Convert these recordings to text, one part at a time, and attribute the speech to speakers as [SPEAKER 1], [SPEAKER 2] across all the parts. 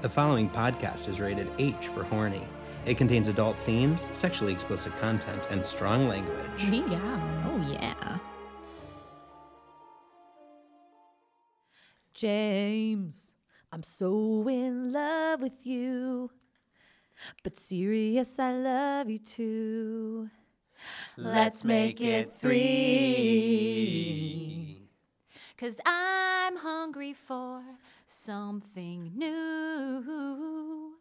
[SPEAKER 1] The following podcast is rated H for horny. It contains adult themes, sexually explicit content, and strong language.
[SPEAKER 2] Yeah.
[SPEAKER 3] Oh yeah.
[SPEAKER 2] James, I'm so in love with you. But serious, I love you too. Let's make it three. Cause I'm hungry for something new.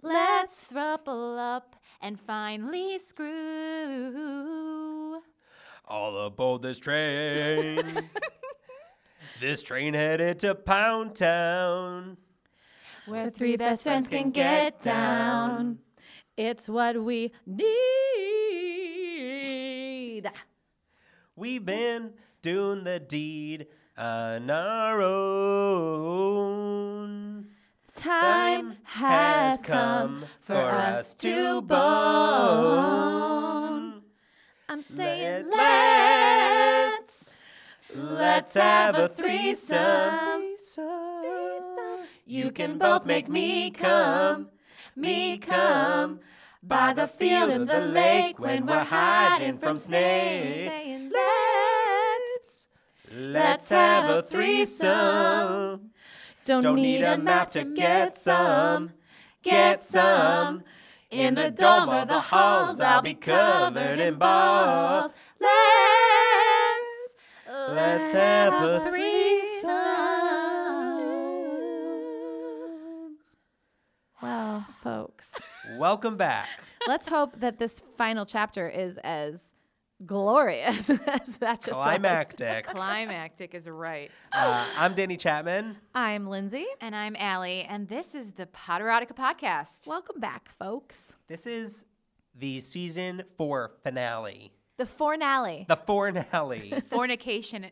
[SPEAKER 2] Let's thruple up and finally screw.
[SPEAKER 4] All aboard this train. this train headed to Pound Town.
[SPEAKER 2] Where three best friends can get down. It's what we need.
[SPEAKER 4] We've been doing the deed on our own.
[SPEAKER 2] Time has come for us to bone. I'm saying let's. Let's have a threesome. You can both make me come, me come. By the field and the lake when we're hiding from snakes. Saying let's.
[SPEAKER 4] Let's have a threesome.
[SPEAKER 2] Don't,
[SPEAKER 4] Don't need a map to get some.
[SPEAKER 2] get some. In the dome or the halls, I'll be covered in balls. Let's
[SPEAKER 4] Let's have a
[SPEAKER 2] threesome.
[SPEAKER 3] Well, folks,
[SPEAKER 4] Welcome back.
[SPEAKER 3] let's hope that this final chapter is as glorious as that just was.
[SPEAKER 4] Climactic.
[SPEAKER 2] Climactic is right.
[SPEAKER 4] Uh, I'm Danny Chapman.
[SPEAKER 3] I'm Lindsay.
[SPEAKER 2] And I'm Allie, and this is the Potterotica podcast.
[SPEAKER 3] Welcome back, folks.
[SPEAKER 4] This is the season four finale.
[SPEAKER 3] The finale.
[SPEAKER 4] The finale.
[SPEAKER 2] Fornication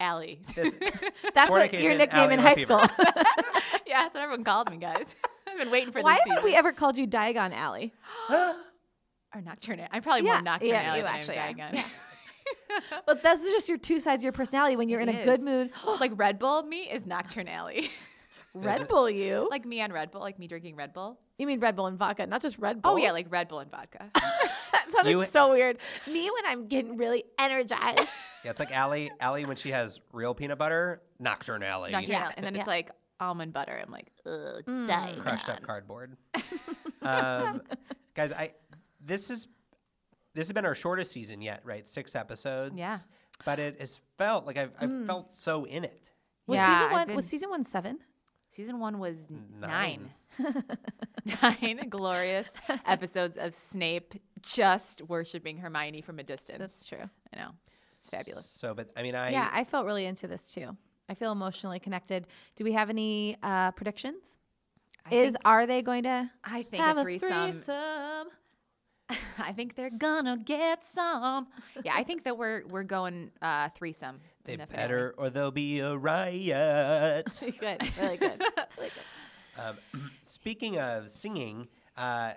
[SPEAKER 2] Alley.
[SPEAKER 4] This,
[SPEAKER 3] That's what your
[SPEAKER 4] Fornication
[SPEAKER 3] nickname
[SPEAKER 4] Alley
[SPEAKER 3] in
[SPEAKER 4] on
[SPEAKER 3] high
[SPEAKER 4] Fever.
[SPEAKER 3] school.
[SPEAKER 2] yeah, that's what everyone called me, guys. I've been waiting for
[SPEAKER 3] Why
[SPEAKER 2] this
[SPEAKER 3] haven't
[SPEAKER 2] season.
[SPEAKER 3] we ever called you Diagon Alley?
[SPEAKER 2] or Nocturne. I'm probably
[SPEAKER 3] Yeah,
[SPEAKER 2] more Nocturne
[SPEAKER 3] yeah,
[SPEAKER 2] Alley
[SPEAKER 3] you
[SPEAKER 2] than
[SPEAKER 3] actually are.
[SPEAKER 2] I'm Diagon.
[SPEAKER 3] But that's just your two sides of your personality. When you're in
[SPEAKER 2] It
[SPEAKER 3] a good
[SPEAKER 2] is.
[SPEAKER 3] mood,
[SPEAKER 2] like Red Bull, me is Nocturne Alley.
[SPEAKER 3] Red Bull you.
[SPEAKER 2] like me on Red Bull, like me drinking Red Bull.
[SPEAKER 3] you mean Red Bull and vodka, not just Red Bull.
[SPEAKER 2] Oh yeah, like Red Bull and vodka.
[SPEAKER 3] that sounded
[SPEAKER 4] You-
[SPEAKER 3] so weird. Me when I'm getting really energized.
[SPEAKER 4] yeah, it's like Allie. Allie when she has real peanut butter, Nocturne Alley.
[SPEAKER 2] Nocturne
[SPEAKER 3] Yeah,
[SPEAKER 2] Alley. And then
[SPEAKER 3] yeah.
[SPEAKER 2] it's like almond butter. I'm like, ugh,
[SPEAKER 4] crushed up cardboard. um, guys, I this is this has been our shortest season yet, right? Six episodes.
[SPEAKER 2] Yeah.
[SPEAKER 4] But it has felt like I've, I've felt so in it.
[SPEAKER 3] Was
[SPEAKER 2] Yeah,
[SPEAKER 3] season
[SPEAKER 2] I've
[SPEAKER 3] one was
[SPEAKER 2] been-
[SPEAKER 3] season one seven?
[SPEAKER 2] Season one was nine. Nine, glorious episodes of Snape just worshiping Hermione from a distance.
[SPEAKER 3] That's true.
[SPEAKER 2] I know. It's fabulous.
[SPEAKER 4] So, but I mean, I
[SPEAKER 3] yeah, I felt really into this too. I feel emotionally connected. Do we have any uh, predictions?
[SPEAKER 2] I
[SPEAKER 3] Is
[SPEAKER 2] think,
[SPEAKER 3] are they going to
[SPEAKER 2] I think
[SPEAKER 3] have
[SPEAKER 2] a threesome.
[SPEAKER 3] a threesome?
[SPEAKER 2] I think they're gonna get some. Yeah, I think that we're we're going uh threesome.
[SPEAKER 4] they
[SPEAKER 2] in the finale.
[SPEAKER 4] better or there'll be a riot.
[SPEAKER 3] good, really good. really good.
[SPEAKER 4] um, speaking of singing, uh,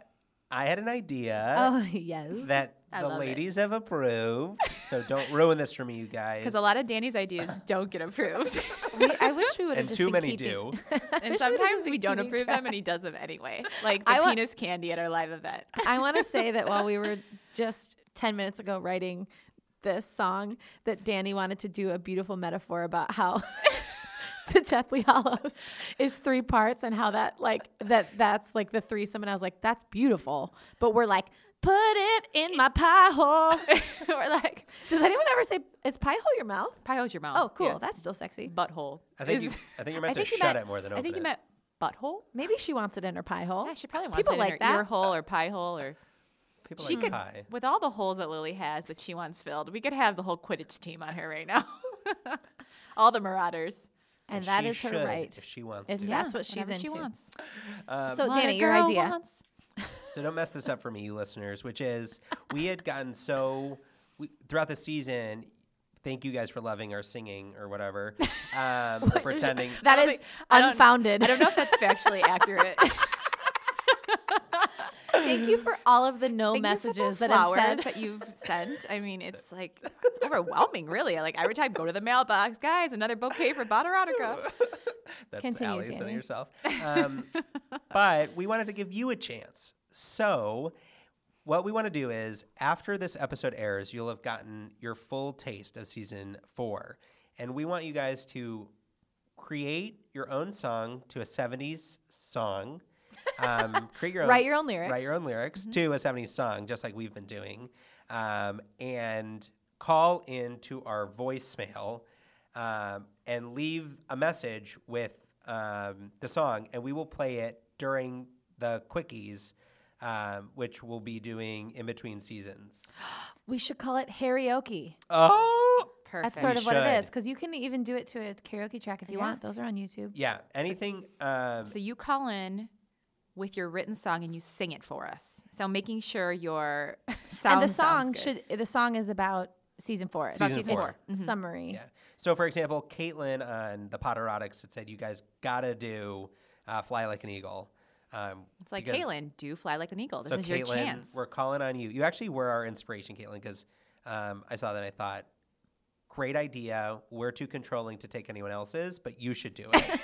[SPEAKER 4] I had an idea
[SPEAKER 3] Oh yes.
[SPEAKER 4] that
[SPEAKER 3] I
[SPEAKER 4] the
[SPEAKER 3] love it.
[SPEAKER 4] ladies have approved. So don't ruin this for me, you guys.
[SPEAKER 2] Because a lot of Danny's ideas don't get approved.
[SPEAKER 3] We, I wish we would have
[SPEAKER 4] and
[SPEAKER 3] just
[SPEAKER 4] too
[SPEAKER 3] been
[SPEAKER 4] many
[SPEAKER 3] keeping-
[SPEAKER 4] do.
[SPEAKER 2] and
[SPEAKER 3] wish we would've
[SPEAKER 2] sometimes
[SPEAKER 3] just
[SPEAKER 2] we
[SPEAKER 3] been
[SPEAKER 2] don't
[SPEAKER 3] keeping
[SPEAKER 2] approve them and he does them anyway. Like the
[SPEAKER 3] I wa-
[SPEAKER 2] penis candy at our live event.
[SPEAKER 3] I want to say that while we were just 10 minutes ago writing this song, that Danny wanted to do a beautiful metaphor about how the Deathly Hollows is three parts and how that like that that's like the threesome and I was like that's beautiful but we're like put it in my pie hole
[SPEAKER 2] We're like,
[SPEAKER 3] does anyone ever say is pie hole your mouth
[SPEAKER 2] pie hole's your mouth.
[SPEAKER 3] oh cool
[SPEAKER 2] Yeah.
[SPEAKER 3] that's still sexy
[SPEAKER 2] butthole.
[SPEAKER 4] I think you,
[SPEAKER 2] is-
[SPEAKER 4] I think you're meant
[SPEAKER 2] I think
[SPEAKER 4] to
[SPEAKER 2] you
[SPEAKER 4] shut
[SPEAKER 2] meant-
[SPEAKER 4] it more than
[SPEAKER 2] I
[SPEAKER 4] open
[SPEAKER 2] think you
[SPEAKER 4] it.
[SPEAKER 2] meant butthole.
[SPEAKER 3] maybe she wants it in her pie hole
[SPEAKER 2] Yeah, she probably wants
[SPEAKER 3] people
[SPEAKER 2] it
[SPEAKER 3] like
[SPEAKER 2] in her
[SPEAKER 3] that
[SPEAKER 2] ear hole or pie hole or
[SPEAKER 4] People
[SPEAKER 2] she
[SPEAKER 4] like
[SPEAKER 2] could
[SPEAKER 4] pie.
[SPEAKER 2] with all the holes that Lily has that she wants filled. We could have the whole Quidditch team on her right now. all the Marauders.
[SPEAKER 3] and, that
[SPEAKER 4] she
[SPEAKER 3] is her
[SPEAKER 4] should
[SPEAKER 3] right
[SPEAKER 4] If she wants
[SPEAKER 3] If
[SPEAKER 4] to.
[SPEAKER 3] that- That's what she's
[SPEAKER 2] whatever She
[SPEAKER 3] into.
[SPEAKER 2] wants.
[SPEAKER 4] Um,
[SPEAKER 3] so
[SPEAKER 2] What a
[SPEAKER 3] Danny your
[SPEAKER 2] Uh, girl
[SPEAKER 3] idea
[SPEAKER 2] wants.
[SPEAKER 4] so don't mess this up for me, you listeners, which is we had gotten so we, throughout the season. Thank you guys for loving our singing or whatever, um, or pretending.
[SPEAKER 3] that
[SPEAKER 2] don't
[SPEAKER 3] is
[SPEAKER 2] think- I don't-
[SPEAKER 3] unfounded
[SPEAKER 2] I don't know if that's factually accurate.
[SPEAKER 3] Thank you for all of the no
[SPEAKER 2] Thank you for the
[SPEAKER 3] messages that I've
[SPEAKER 2] flowers
[SPEAKER 3] sent.
[SPEAKER 2] that you've sent. I mean, it's like it's overwhelming, really. Like every time, go to the mailbox, guys. Another bouquet for Bonarotica.
[SPEAKER 4] That's
[SPEAKER 3] Continue,
[SPEAKER 4] Allie
[SPEAKER 3] Danny.
[SPEAKER 4] sending herself. Um, but we wanted to give you a chance. So, what we want to do is after this episode airs, you'll have gotten your full taste of season four. And we want you guys to create your own song to a 70s song. Um, create your own,
[SPEAKER 3] Write your own lyrics. Mm-hmm.
[SPEAKER 4] Write your own lyrics to a 70s song, just like we've been doing. Um, and call in to our voicemail um, and leave a message with um, the song, and we will play it during the quickies, um, which we'll be doing in between seasons.
[SPEAKER 3] We should call it karaoke.
[SPEAKER 4] Oh!
[SPEAKER 3] That's
[SPEAKER 2] Perfect.
[SPEAKER 3] sort
[SPEAKER 4] We
[SPEAKER 3] of what it
[SPEAKER 4] should.
[SPEAKER 3] is, because you can even do it to a karaoke track if you
[SPEAKER 2] Yeah.
[SPEAKER 3] want. Those are on YouTube.
[SPEAKER 4] Yeah, anything. Um,
[SPEAKER 2] So you call in with your written song and you sing it for us. So making sure your sound
[SPEAKER 3] and the song
[SPEAKER 2] sounds good.
[SPEAKER 3] should the song is about season four. It's
[SPEAKER 4] Season
[SPEAKER 3] it's
[SPEAKER 4] four.
[SPEAKER 2] Mm-hmm.
[SPEAKER 3] Summary.
[SPEAKER 4] Yeah. So, for example, Caitlin on the Potterotics had said, "You guys gotta do uh, "Fly Like an Eagle." Um,
[SPEAKER 2] It's like
[SPEAKER 4] because-
[SPEAKER 2] Caitlin, do fly like an eagle. This
[SPEAKER 4] so,
[SPEAKER 2] is your
[SPEAKER 4] Caitlin,
[SPEAKER 2] chance.
[SPEAKER 4] we're calling on you. You actually were our inspiration, Caitlin, because um, I saw that. and I thought, great idea. We're too controlling to take anyone else's, but you should do it.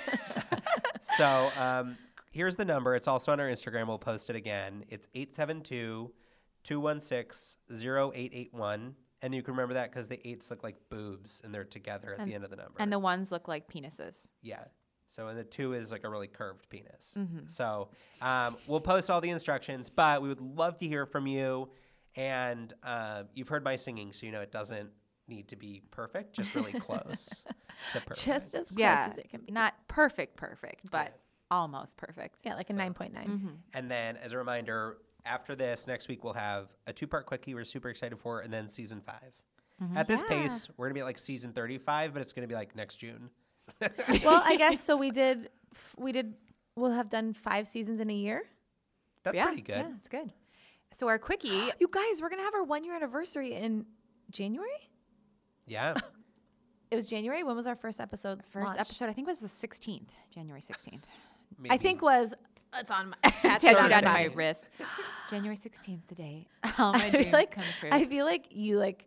[SPEAKER 4] so, um, here's the number. It's also on our Instagram. We'll post it again. It's 872 216 0881. And you can remember that because the eights look like boobs and they're together at the end of the number.
[SPEAKER 2] and the ones look like penises.
[SPEAKER 4] Yeah. So and the two is like a really curved penis.
[SPEAKER 3] Mm-hmm.
[SPEAKER 4] So um, we'll post all the instructions, but we would love to hear from you. And uh, you've heard my singing, so you know it doesn't need to be perfect, just really close to perfect.
[SPEAKER 3] Just as close as it can be.
[SPEAKER 2] Not perfect, perfect, but almost perfect.
[SPEAKER 3] yeah, like a nine point nine.
[SPEAKER 4] and then as a reminder, after this next week we'll have a two-part quickie we're super excited for, and then season 5
[SPEAKER 3] Mm-hmm.
[SPEAKER 4] At this pace, we're gonna be at like season thirty-five, but it's gonna be like next June.
[SPEAKER 2] Mm-hmm.
[SPEAKER 3] well, I guess so. We did. f- We did. We'll have done five seasons in a year.
[SPEAKER 4] That's
[SPEAKER 2] yeah,
[SPEAKER 4] pretty good.
[SPEAKER 2] Yeah, it's good. So our quickie,
[SPEAKER 3] You guys, we're gonna have our one year anniversary in January.
[SPEAKER 4] Yeah.
[SPEAKER 3] It was January. When was our first episode?
[SPEAKER 2] first
[SPEAKER 3] launched?
[SPEAKER 2] episode, I think was the 16th, January
[SPEAKER 3] I
[SPEAKER 2] 16th.
[SPEAKER 4] maybe.
[SPEAKER 3] think was it's on my it's tattooed
[SPEAKER 2] Tattooed on
[SPEAKER 4] Thursday.
[SPEAKER 2] my wrist. January 16th, the day all my
[SPEAKER 3] I
[SPEAKER 2] dreams
[SPEAKER 3] feel like
[SPEAKER 2] come true.
[SPEAKER 3] I feel like you like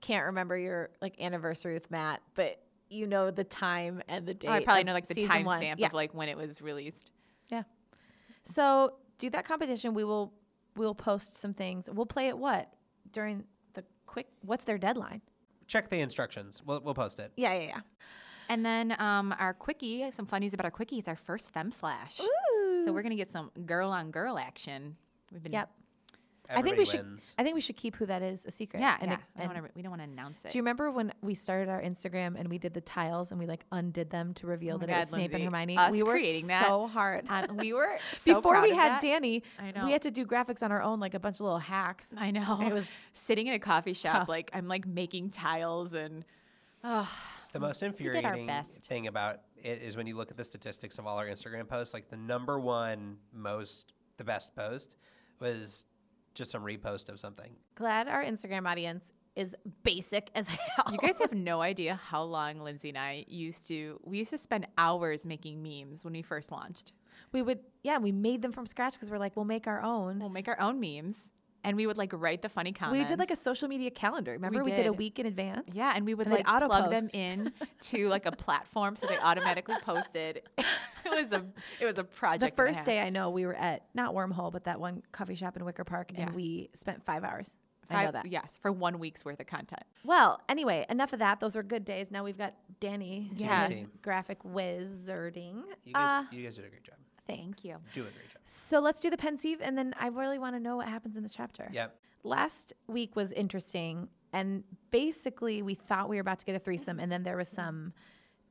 [SPEAKER 3] can't remember your like anniversary with Matt, but you know the time and the date.
[SPEAKER 2] Oh, I probably
[SPEAKER 3] of
[SPEAKER 2] know like the
[SPEAKER 3] season one.
[SPEAKER 2] timestamp
[SPEAKER 3] Yeah.
[SPEAKER 2] of like when it was released.
[SPEAKER 3] Yeah. So do that competition. We will we'll post some things. We'll play it what during the quick. What's their deadline?
[SPEAKER 4] check the instructions. We'll we'll post it.
[SPEAKER 3] Yeah, yeah, yeah.
[SPEAKER 2] And then um, our quickie, some fun news about our quickie. It's our first fem slash. So we're gonna get some girl on girl action. We've been
[SPEAKER 3] Yep. I think
[SPEAKER 4] Everybody
[SPEAKER 3] we
[SPEAKER 4] wins.
[SPEAKER 3] should. I think we should keep who that is a secret.
[SPEAKER 2] Yeah,
[SPEAKER 3] And
[SPEAKER 2] yeah.
[SPEAKER 3] it-
[SPEAKER 2] we, don't
[SPEAKER 3] and-
[SPEAKER 2] wanna, we don't want to announce it.
[SPEAKER 3] do you remember when we started our Instagram and we did the tiles and we like undid them to reveal
[SPEAKER 2] Oh my
[SPEAKER 3] that it was
[SPEAKER 2] God,
[SPEAKER 3] Snape and
[SPEAKER 2] Lindsay,
[SPEAKER 3] Hermione?
[SPEAKER 2] us
[SPEAKER 3] we were
[SPEAKER 2] creating that
[SPEAKER 3] so hard.
[SPEAKER 2] On- we were so
[SPEAKER 3] Before
[SPEAKER 2] proud
[SPEAKER 3] we
[SPEAKER 2] of
[SPEAKER 3] had
[SPEAKER 2] that.
[SPEAKER 3] Danny,
[SPEAKER 2] I
[SPEAKER 3] we
[SPEAKER 2] know.
[SPEAKER 3] had to do graphics on our own, like a bunch of little hacks.
[SPEAKER 2] I know.
[SPEAKER 3] It was
[SPEAKER 2] sitting in a coffee shop,
[SPEAKER 3] tough.
[SPEAKER 2] like I'm like making tiles and
[SPEAKER 4] The most
[SPEAKER 2] Mm-hmm. did our
[SPEAKER 4] infuriating
[SPEAKER 2] best.
[SPEAKER 4] thing about it is when you look at the statistics of all our Instagram posts, like the number one most, the best post was just some repost of something.
[SPEAKER 3] Glad our Instagram audience is basic as hell.
[SPEAKER 2] you guys have no idea how long Lindsay and I used to we used to spend hours making memes when we first launched.
[SPEAKER 3] we would, yeah, we made them from scratch because we're like, we'll make our own.
[SPEAKER 2] We'll make our own memes and we would like write the funny
[SPEAKER 3] we
[SPEAKER 2] comments.
[SPEAKER 3] did like a social media calendar. Remember, we did, a
[SPEAKER 2] did.
[SPEAKER 3] week in advance.
[SPEAKER 2] Yeah, and we would
[SPEAKER 3] And
[SPEAKER 2] like
[SPEAKER 3] they'd auto
[SPEAKER 2] plug them
[SPEAKER 3] post.
[SPEAKER 2] in to like a platform so they automatically posted. it was a it was a project.
[SPEAKER 3] The
[SPEAKER 2] and a
[SPEAKER 3] first
[SPEAKER 2] half.
[SPEAKER 3] day I know we were at not Wormhole, but that one coffee shop in Wicker Park,
[SPEAKER 2] Yeah.
[SPEAKER 3] and we spent five hours. I
[SPEAKER 2] Five-
[SPEAKER 3] know that.
[SPEAKER 2] Yes, for one week's worth of content.
[SPEAKER 3] Well, anyway, enough of that. Those were good days. Now we've got Danny doing
[SPEAKER 2] Yeah.
[SPEAKER 3] his graphic wizarding.
[SPEAKER 4] You guys,
[SPEAKER 3] Uh,
[SPEAKER 4] you guys did a great job.
[SPEAKER 3] thanks.
[SPEAKER 2] you.
[SPEAKER 4] Do a great job.
[SPEAKER 3] So let's do the pensieve, and then I really want to know what happens in this chapter.
[SPEAKER 2] uh,
[SPEAKER 4] Yep.
[SPEAKER 3] Last week was interesting, and basically we thought we were about to get a threesome, and then there was some.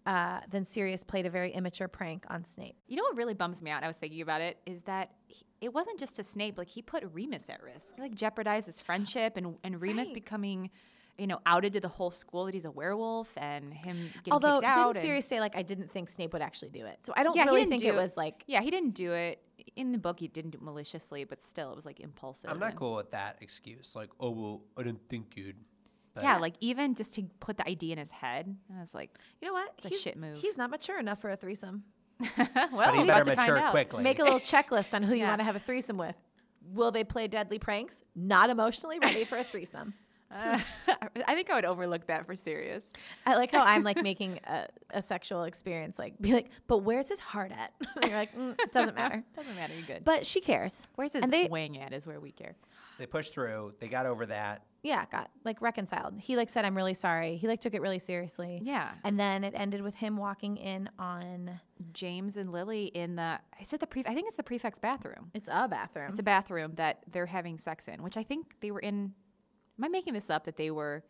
[SPEAKER 3] Uh, then Sirius played a very immature prank on Snape.
[SPEAKER 2] You know what really bums me out? I was thinking about it is that he, it wasn't just to Snape. Like he put Remus at risk. He, like jeopardized his friendship and and Remus
[SPEAKER 3] Right.
[SPEAKER 2] becoming, you know, outed to the whole school that he's a werewolf and him getting
[SPEAKER 3] Although
[SPEAKER 2] kicked out.
[SPEAKER 3] didn't
[SPEAKER 2] and-
[SPEAKER 3] Sirius say like I didn't think Snape would actually do it, so I don't
[SPEAKER 2] Yeah, he
[SPEAKER 3] really
[SPEAKER 2] didn't
[SPEAKER 3] think
[SPEAKER 2] do
[SPEAKER 3] it was like
[SPEAKER 2] Yeah, he didn't do it. In the book, he didn't do it maliciously, but still, it was like impulsive.
[SPEAKER 4] I'm not
[SPEAKER 2] and-
[SPEAKER 4] cool with that excuse. Like, oh, well, I didn't think you'd. But
[SPEAKER 2] Yeah, like even just to put the idea in his head, I was like,
[SPEAKER 3] you know what
[SPEAKER 2] a
[SPEAKER 3] he's,
[SPEAKER 2] shit move.
[SPEAKER 3] He's not mature enough for a threesome.
[SPEAKER 2] well,
[SPEAKER 4] but he
[SPEAKER 2] oh, we
[SPEAKER 4] better
[SPEAKER 2] got to find
[SPEAKER 4] mature
[SPEAKER 2] out.
[SPEAKER 4] quickly.
[SPEAKER 3] Make a little checklist on who you
[SPEAKER 2] Yeah.
[SPEAKER 3] want to have a threesome with. Will they play deadly pranks? Not emotionally ready for a threesome.
[SPEAKER 2] Uh, I think I would overlook that for serious.
[SPEAKER 3] I like how I'm like making a, a sexual experience like be like, but where's his heart at? And you're like, mm, it doesn't matter.
[SPEAKER 2] Doesn't matter. You're good.
[SPEAKER 3] But she cares.
[SPEAKER 2] Where's his
[SPEAKER 3] and they-
[SPEAKER 2] wang at is where we care.
[SPEAKER 4] So they pushed through. They got over that.
[SPEAKER 3] Yeah, got like reconciled. He like said, I'm really sorry. He like took it really seriously.
[SPEAKER 2] Yeah.
[SPEAKER 3] And then it ended with him walking in on
[SPEAKER 2] James and Lily in the is it the pre I think it's the prefect's bathroom.
[SPEAKER 3] it's a bathroom.
[SPEAKER 2] It's a bathroom that they're having sex in, which I think they were in am I making this up that they were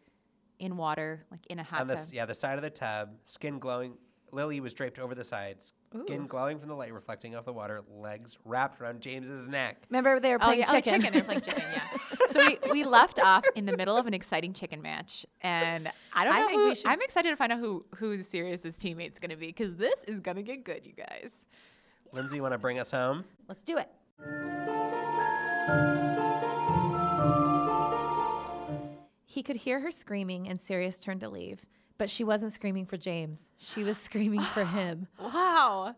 [SPEAKER 2] in water, like in a hot
[SPEAKER 4] on
[SPEAKER 2] tub?
[SPEAKER 4] this, yeah, the side of the tub, skin glowing. Lily was draped over the sides, skin glowing from the light reflecting off the water, legs wrapped around James's neck.
[SPEAKER 3] Remember they were
[SPEAKER 2] Oh
[SPEAKER 3] playing
[SPEAKER 2] yeah,
[SPEAKER 3] chicken.
[SPEAKER 2] Oh, chicken. They're playing chicken, yeah. so we, we left off in the middle of an exciting chicken match, and I don't
[SPEAKER 3] I
[SPEAKER 2] know
[SPEAKER 3] think
[SPEAKER 2] who.
[SPEAKER 3] we should-
[SPEAKER 2] I'm excited to find out who who Sirius's teammate's gonna be because this is gonna get good, you guys.
[SPEAKER 4] Lindsay, want to bring us home?
[SPEAKER 3] Let's do it. He could hear her screaming, and Sirius turned to leave. But she wasn't screaming for James. She was screaming for him.
[SPEAKER 2] Wow.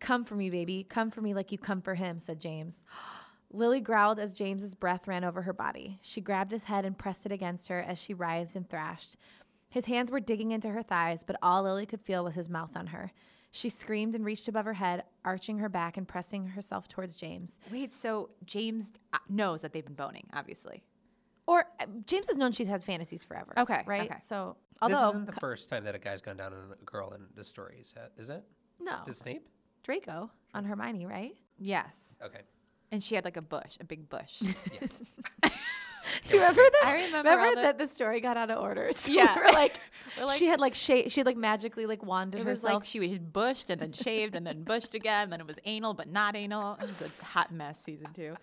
[SPEAKER 3] Come for me, baby. Come for me like you come for him, said James. Lily growled as James's breath ran over her body. She grabbed his head and pressed it against her as she writhed and thrashed. His hands were digging into her thighs, but all Lily could feel was his mouth on her. She screamed and reached above her head, arching her back and pressing herself towards James.
[SPEAKER 2] Wait, so James uh, knows that they've been boning, obviously.
[SPEAKER 3] Or uh, James has known she's had fantasies forever.
[SPEAKER 2] Okay,
[SPEAKER 3] Right?
[SPEAKER 2] okay.
[SPEAKER 3] So,
[SPEAKER 4] this
[SPEAKER 3] although,
[SPEAKER 4] isn't the first time that a guy's gone down on a girl in this story, is it? Is it?
[SPEAKER 3] no.
[SPEAKER 4] Did Snape?
[SPEAKER 3] Draco on Hermione, right?
[SPEAKER 2] Yes.
[SPEAKER 4] Okay.
[SPEAKER 2] And she had like a bush, a big bush.
[SPEAKER 4] Yeah.
[SPEAKER 3] Do you remember that?
[SPEAKER 2] I remember all the-
[SPEAKER 3] that the story got out of order. So
[SPEAKER 2] Yeah.
[SPEAKER 3] we were like,
[SPEAKER 2] We're like-
[SPEAKER 3] she had like sha- she had like magically like wanded
[SPEAKER 2] it was
[SPEAKER 3] herself.
[SPEAKER 2] like she was bushed and then shaved and then bushed again. And then it was anal but not anal. It was a hot mess season two.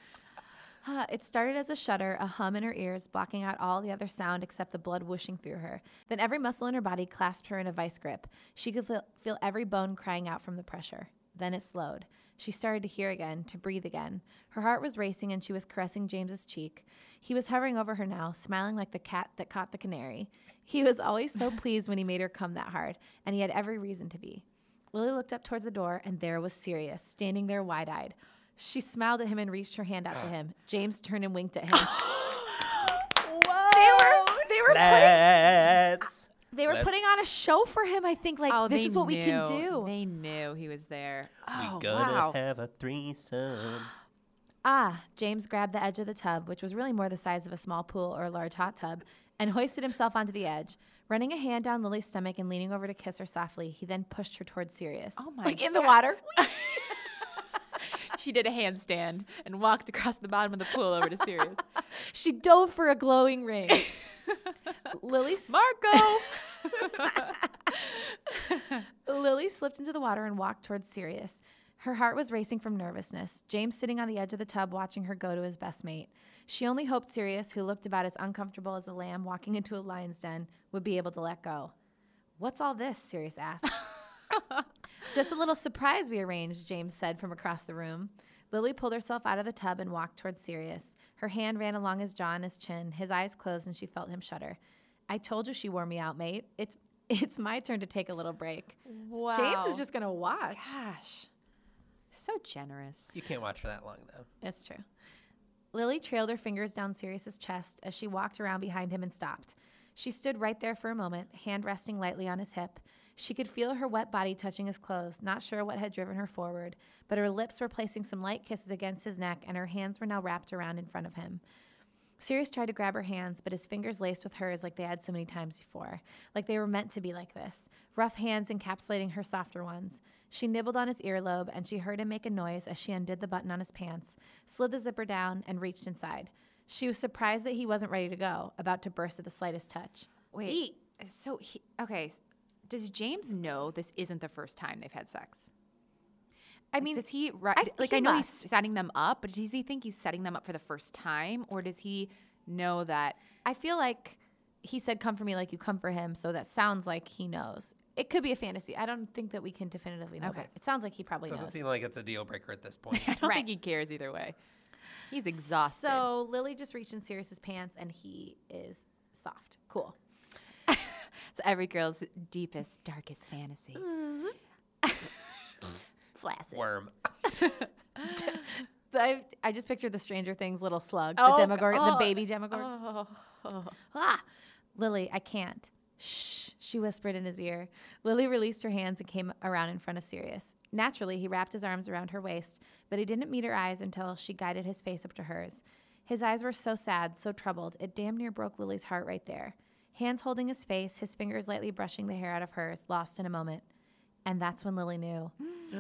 [SPEAKER 3] Ah, it started as a shudder, a hum in her ears, blocking out all the other sound except the blood whooshing through her. Then every muscle in her body clasped her in a vice grip. She could feel, feel every bone crying out from the pressure. Then it slowed. She started to hear again, to breathe again. Her heart was racing and she was caressing James's cheek. He was hovering over her now, smiling like the cat that caught the canary. He was always so pleased when he made her come that hard, and he had every reason to be. Lily looked up towards the door, and there was Sirius, standing there wide eyed. She smiled at him and reached her hand out to him. James turned and winked at him. They were, they were,
[SPEAKER 4] Let's.
[SPEAKER 3] they were
[SPEAKER 4] Let's-
[SPEAKER 3] putting on a show for him, I think. Like, this
[SPEAKER 2] Oh, they
[SPEAKER 3] is what we can
[SPEAKER 2] knew.
[SPEAKER 3] do.
[SPEAKER 2] They knew he was there.
[SPEAKER 4] We
[SPEAKER 2] Oh,
[SPEAKER 4] gonna
[SPEAKER 2] wow.
[SPEAKER 4] have a threesome.
[SPEAKER 3] Ah, James grabbed the edge of the tub, which was really more the size of a small pool or a large hot tub, and hoisted himself onto the edge. Running a hand down Lily's stomach and leaning over to kiss her softly, he then pushed her towards Sirius.
[SPEAKER 2] Oh my
[SPEAKER 3] Like in the water?
[SPEAKER 2] she did a handstand and walked across the bottom of the pool over to Sirius.
[SPEAKER 3] she dove for a glowing ring. Lily s-
[SPEAKER 2] Marco!
[SPEAKER 3] Lily slipped into the water and walked towards Sirius. Her heart was racing from nervousness, James sitting on the edge of the tub watching her go to his best mate. She only hoped Sirius, who looked about as uncomfortable as a lamb walking into a lion's den, would be able to let go. What's all this? Sirius asked. Just a little surprise we arranged, James said from across the room. Lily pulled herself out of the tub and walked towards Sirius. Her hand ran along his jaw and his chin. His eyes closed and she felt him shudder. I told you she wore me out, mate. It's it's my turn to take a little break. James
[SPEAKER 2] Wow.
[SPEAKER 3] is just gonna watch.
[SPEAKER 2] Gosh. So generous.
[SPEAKER 4] You can't watch for that long, though.
[SPEAKER 3] That's true. Lily trailed her fingers down Sirius's chest as she walked around behind him and stopped. She stood right there for a moment, hand resting lightly on his hip. She could feel her wet body touching his clothes, not sure what had driven her forward, but her lips were placing some light kisses against his neck, and her hands were now wrapped around in front of him. Sirius tried to grab her hands, but his fingers laced with hers like they had so many times before, like they were meant to be like this rough hands encapsulating her softer ones. She nibbled on his earlobe, and she heard him make a noise as she undid the button on his pants, slid the zipper down, and reached inside. She was surprised that he wasn't ready to go, about to burst at the slightest touch.
[SPEAKER 2] Wait. So, he, okay. s- Does James know this isn't the first time they've had sex?
[SPEAKER 3] I
[SPEAKER 2] Like,
[SPEAKER 3] mean,
[SPEAKER 2] does he, ri-
[SPEAKER 3] I-
[SPEAKER 2] like,
[SPEAKER 3] he
[SPEAKER 2] I know
[SPEAKER 3] must.
[SPEAKER 2] he's setting them up, but does he think he's setting them up for the first time? Or does he know that?
[SPEAKER 3] I feel like he said, Come for me like you come for him, so that sounds like he knows. It could be a fantasy. I don't think that we can definitively know.
[SPEAKER 2] Okay.
[SPEAKER 3] but It sounds like he probably
[SPEAKER 4] Doesn't
[SPEAKER 3] knows.
[SPEAKER 4] seem like it's a deal breaker at this point.
[SPEAKER 2] I don't
[SPEAKER 3] Right.
[SPEAKER 2] think he cares either way. He's exhausted.
[SPEAKER 3] So Lily just reached in Sirius's pants and he is soft. Cool.
[SPEAKER 2] It's every girl's deepest, darkest fantasy.
[SPEAKER 3] Flaccid.
[SPEAKER 4] Worm.
[SPEAKER 3] I, I just pictured the Stranger Things little slug,
[SPEAKER 2] Oh,
[SPEAKER 3] the Demogorgon, the
[SPEAKER 2] oh,
[SPEAKER 3] baby Demogorgon.
[SPEAKER 2] Oh, oh.
[SPEAKER 3] Ah, Lily, I can't. Shh, she whispered in his ear. Lily released her hands and came around in front of Sirius. Naturally, he wrapped his arms around her waist, but he didn't meet her eyes until she guided his face up to hers. His eyes were so sad, so troubled, it damn near broke Lily's heart right there. Hands holding his face, his fingers lightly brushing the hair out of hers, lost in a moment. And that's when Lily knew.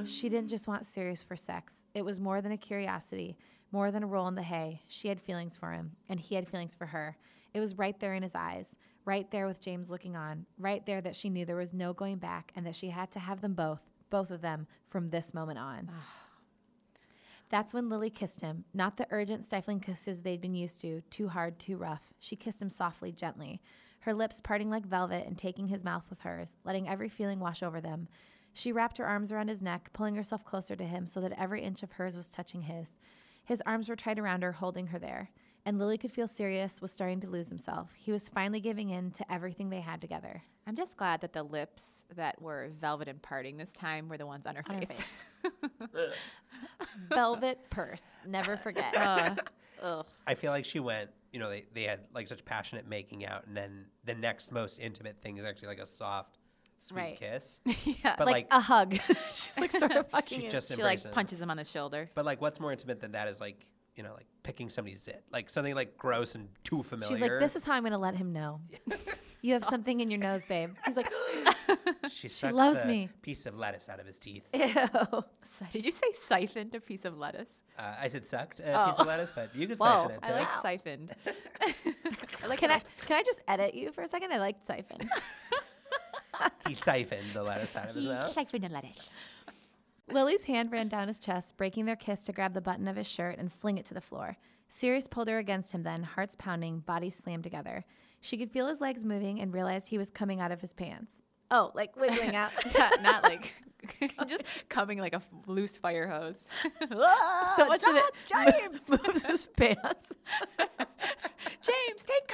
[SPEAKER 3] she didn't just want Sirius for sex. It was more than a curiosity, more than a roll in the hay. She had feelings for him, and he had feelings for her. It was right there in his eyes, right there with James looking on, right there that she knew there was no going back and that she had to have them both, both of them, from this moment on. That's when Lily kissed him, not the urgent, stifling kisses they'd been used to, too hard, too rough. She kissed him softly, gently, her lips parting like velvet and taking his mouth with hers, letting every feeling wash over them. She wrapped her arms around his neck, pulling herself closer to him so that every inch of hers was touching his. His arms were tight around her, holding her there. And Lily could feel Sirius was starting to lose himself. He was finally giving in to everything they had together.
[SPEAKER 2] I'm just glad that the lips that were velvet and parting this time were the ones on her
[SPEAKER 3] On her
[SPEAKER 2] face.
[SPEAKER 3] Velvet purse, never forget.
[SPEAKER 2] Ugh.
[SPEAKER 4] I feel like she went, you know, they, they had like such passionate making out, and then the next most intimate thing is actually like a soft, sweet
[SPEAKER 3] Right.
[SPEAKER 4] kiss.
[SPEAKER 2] Yeah.
[SPEAKER 4] But
[SPEAKER 3] like,
[SPEAKER 4] like,
[SPEAKER 3] a hug. She's like sort of hugging
[SPEAKER 4] she
[SPEAKER 3] him.
[SPEAKER 4] just
[SPEAKER 2] she
[SPEAKER 4] embraced
[SPEAKER 2] like
[SPEAKER 4] him.
[SPEAKER 2] punches him on the shoulder.
[SPEAKER 4] But like, what's more intimate than that is like, you know, like picking somebody's zit, like something like gross and too familiar.
[SPEAKER 3] She's like, this is how I'm going to let him know. you have something in your nose, babe. He's like,
[SPEAKER 4] she, sucked
[SPEAKER 3] loves
[SPEAKER 4] the
[SPEAKER 3] me.
[SPEAKER 4] Piece of lettuce out of his teeth.
[SPEAKER 3] ew.
[SPEAKER 2] So- Did you say siphoned a piece of lettuce?
[SPEAKER 4] Uh, I said sucked a piece
[SPEAKER 2] Oh.
[SPEAKER 4] of lettuce, but you could
[SPEAKER 2] Whoa,
[SPEAKER 4] siphon it too.
[SPEAKER 2] I like siphoned. I like
[SPEAKER 3] Can I can I just edit you for a second? I like siphon.
[SPEAKER 4] he siphoned the lettuce out of his mouth.
[SPEAKER 2] siphoned a lettuce.
[SPEAKER 3] Lily's hand ran down his chest, breaking their kiss to grab the button of his shirt and fling it to the floor. Sirius pulled her against him then, hearts pounding, bodies slammed together. She could feel his legs moving and realized he was coming out of his pants. Oh, like wiggling out.
[SPEAKER 2] yeah, not like just coming like a f- loose fire hose. Oh,
[SPEAKER 3] so much that it James moves his pants.
[SPEAKER 2] James, take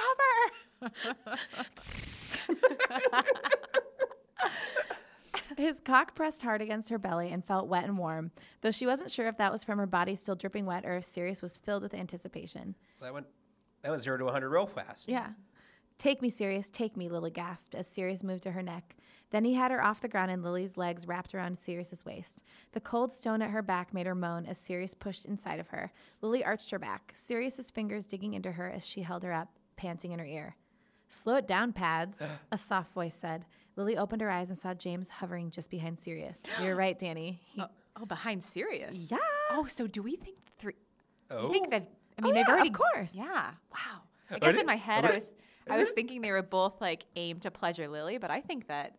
[SPEAKER 2] cover.
[SPEAKER 3] His cock pressed hard against her belly and felt wet and warm, though she wasn't sure if that was from her body still dripping wet or if Sirius was filled with anticipation.
[SPEAKER 4] That went, that went zero to 100 real fast.
[SPEAKER 3] Yeah. Take me, Sirius, take me, Lily gasped as Sirius moved to her neck. Then he had her off the ground and Lily's legs wrapped around Sirius's waist. The cold stone at her back made her moan as Sirius pushed inside of her. Lily arched her back, Sirius's fingers digging into her as she held her up, panting in her ear. Slow it down, Pads, a soft voice said. Lily opened her eyes and saw James hovering just behind Sirius. You're right, Danny. He,
[SPEAKER 2] Oh, oh, behind Sirius.
[SPEAKER 3] yeah.
[SPEAKER 2] Oh, so do we think three? I
[SPEAKER 4] Oh,
[SPEAKER 2] think that. I mean,
[SPEAKER 3] yeah,
[SPEAKER 2] they've
[SPEAKER 3] of
[SPEAKER 2] already.
[SPEAKER 3] course.
[SPEAKER 2] Yeah. Wow. I guess
[SPEAKER 4] did-
[SPEAKER 2] in my head,
[SPEAKER 4] I
[SPEAKER 2] I
[SPEAKER 4] did-
[SPEAKER 2] was I was thinking they were both like aimed to pleasure Lily, but I think that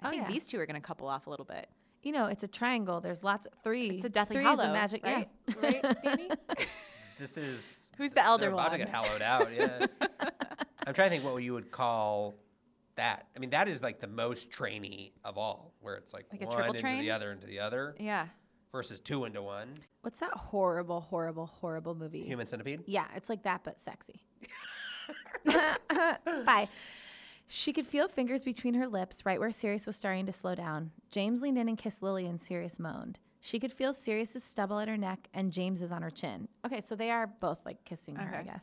[SPEAKER 2] I
[SPEAKER 3] Oh,
[SPEAKER 2] think
[SPEAKER 3] yeah.
[SPEAKER 2] these two are going to couple off a little bit.
[SPEAKER 3] You know, it's a triangle. There's lots of three.
[SPEAKER 2] It's a Deathly
[SPEAKER 3] three Is
[SPEAKER 2] Hollow,
[SPEAKER 3] a magic,
[SPEAKER 2] right?
[SPEAKER 3] yeah.
[SPEAKER 2] Right, Danny?
[SPEAKER 4] this is.
[SPEAKER 2] Who's the elder
[SPEAKER 4] they're about to
[SPEAKER 2] one?
[SPEAKER 4] get hollowed out, yeah. I'm trying to think what you would call that. I mean, that is like the most trainee of all, where it's like,
[SPEAKER 2] Like a
[SPEAKER 4] one
[SPEAKER 2] triple
[SPEAKER 4] into
[SPEAKER 2] train?
[SPEAKER 4] the other into the other
[SPEAKER 2] Yeah.
[SPEAKER 4] versus two into one.
[SPEAKER 3] What's that horrible, horrible, horrible movie?
[SPEAKER 4] Human centipede.
[SPEAKER 3] Yeah, it's like that, but sexy. Bye. She could feel fingers between her lips, right where Sirius was starting to slow down. James leaned in and kissed Lily, and Sirius moaned. She could feel Sirius's stubble at her neck and James's on her chin. Okay, so they are both like kissing her, I
[SPEAKER 2] Okay.
[SPEAKER 3] guess.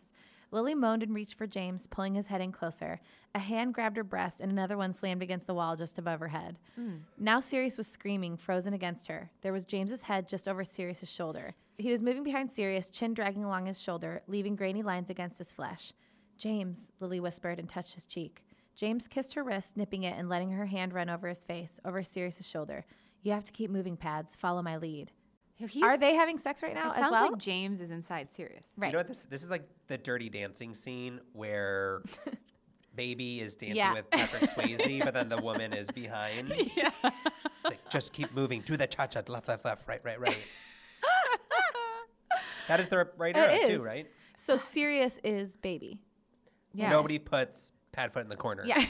[SPEAKER 3] Lily moaned and reached for James, pulling his head in closer. A hand grabbed her breast, and another one slammed against the wall just above her head. Now Sirius was screaming, frozen against her. There was James's head just over Sirius's shoulder. He was moving behind Sirius, chin dragging along his shoulder, leaving grainy lines against his flesh. James, Lily whispered and touched his cheek. James kissed her wrist, nipping it and letting her hand run over his face, over Sirius's shoulder. You have to keep moving, Pads. Follow my lead.
[SPEAKER 2] He's,
[SPEAKER 3] Are they having sex right
[SPEAKER 2] It
[SPEAKER 3] now as
[SPEAKER 2] sounds
[SPEAKER 3] well?
[SPEAKER 2] like James is inside Sirius.
[SPEAKER 3] right.
[SPEAKER 4] You know what this this is like the dirty dancing scene where baby is dancing
[SPEAKER 3] Yeah.
[SPEAKER 4] with Patrick Swayze, but then the woman is behind.
[SPEAKER 2] Yeah.
[SPEAKER 4] It's like, just keep moving. Do the cha cha left, left, left, right, right, right. that is the right
[SPEAKER 3] It
[SPEAKER 4] arrow
[SPEAKER 3] is.
[SPEAKER 4] too, right?
[SPEAKER 3] so Sirius is baby.
[SPEAKER 2] Yeah.
[SPEAKER 4] Nobody puts Padfoot in the corner.
[SPEAKER 3] Yeah.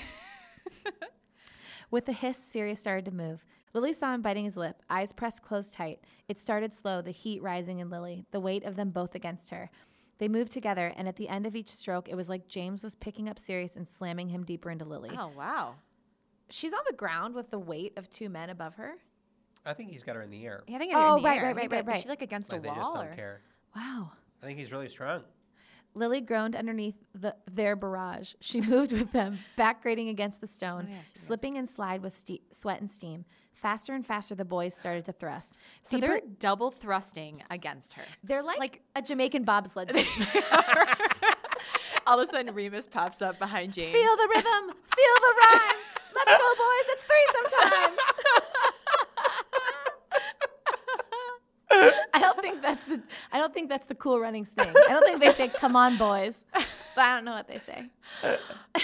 [SPEAKER 3] With a hiss, Sirius started to move. Lily saw him biting his lip, eyes pressed closed tight. It started slow, the heat rising in Lily, the weight of them both against her. They moved together, and at the end of each stroke, it was like James was picking up Sirius and slamming him deeper into Lily.
[SPEAKER 2] Oh wow.
[SPEAKER 3] She's on the ground with the weight of two men above her.
[SPEAKER 4] I think he's got her in the air.
[SPEAKER 2] I think I heard it
[SPEAKER 3] Oh,
[SPEAKER 2] in the
[SPEAKER 3] right,
[SPEAKER 2] air.
[SPEAKER 3] right,
[SPEAKER 2] I
[SPEAKER 3] right,
[SPEAKER 2] think that-
[SPEAKER 3] right,
[SPEAKER 2] Is she
[SPEAKER 3] right.
[SPEAKER 2] like against
[SPEAKER 4] Like
[SPEAKER 2] a
[SPEAKER 4] they just
[SPEAKER 2] wall?
[SPEAKER 4] don't
[SPEAKER 2] or-
[SPEAKER 4] care.
[SPEAKER 3] Wow.
[SPEAKER 4] I think he's really strong.
[SPEAKER 3] Lily groaned underneath the, their barrage. She moved with them, back grating against the stone,
[SPEAKER 2] Oh, yeah, she does.
[SPEAKER 3] slipping and slide with ste- sweat and steam. Faster and faster, the boys started to thrust.
[SPEAKER 2] So
[SPEAKER 3] Deeper-
[SPEAKER 2] they're double thrusting against her.
[SPEAKER 3] they're like, a Jamaican bobsled. team.
[SPEAKER 2] All of a sudden, Remus pops up behind James.
[SPEAKER 3] feel the rhythm, feel the rhyme. Let's go, boys! It's threesome time. I don't think that's the I don't think that's the cool runnings thing. I don't think they say "Come on, boys," but I don't know what they say.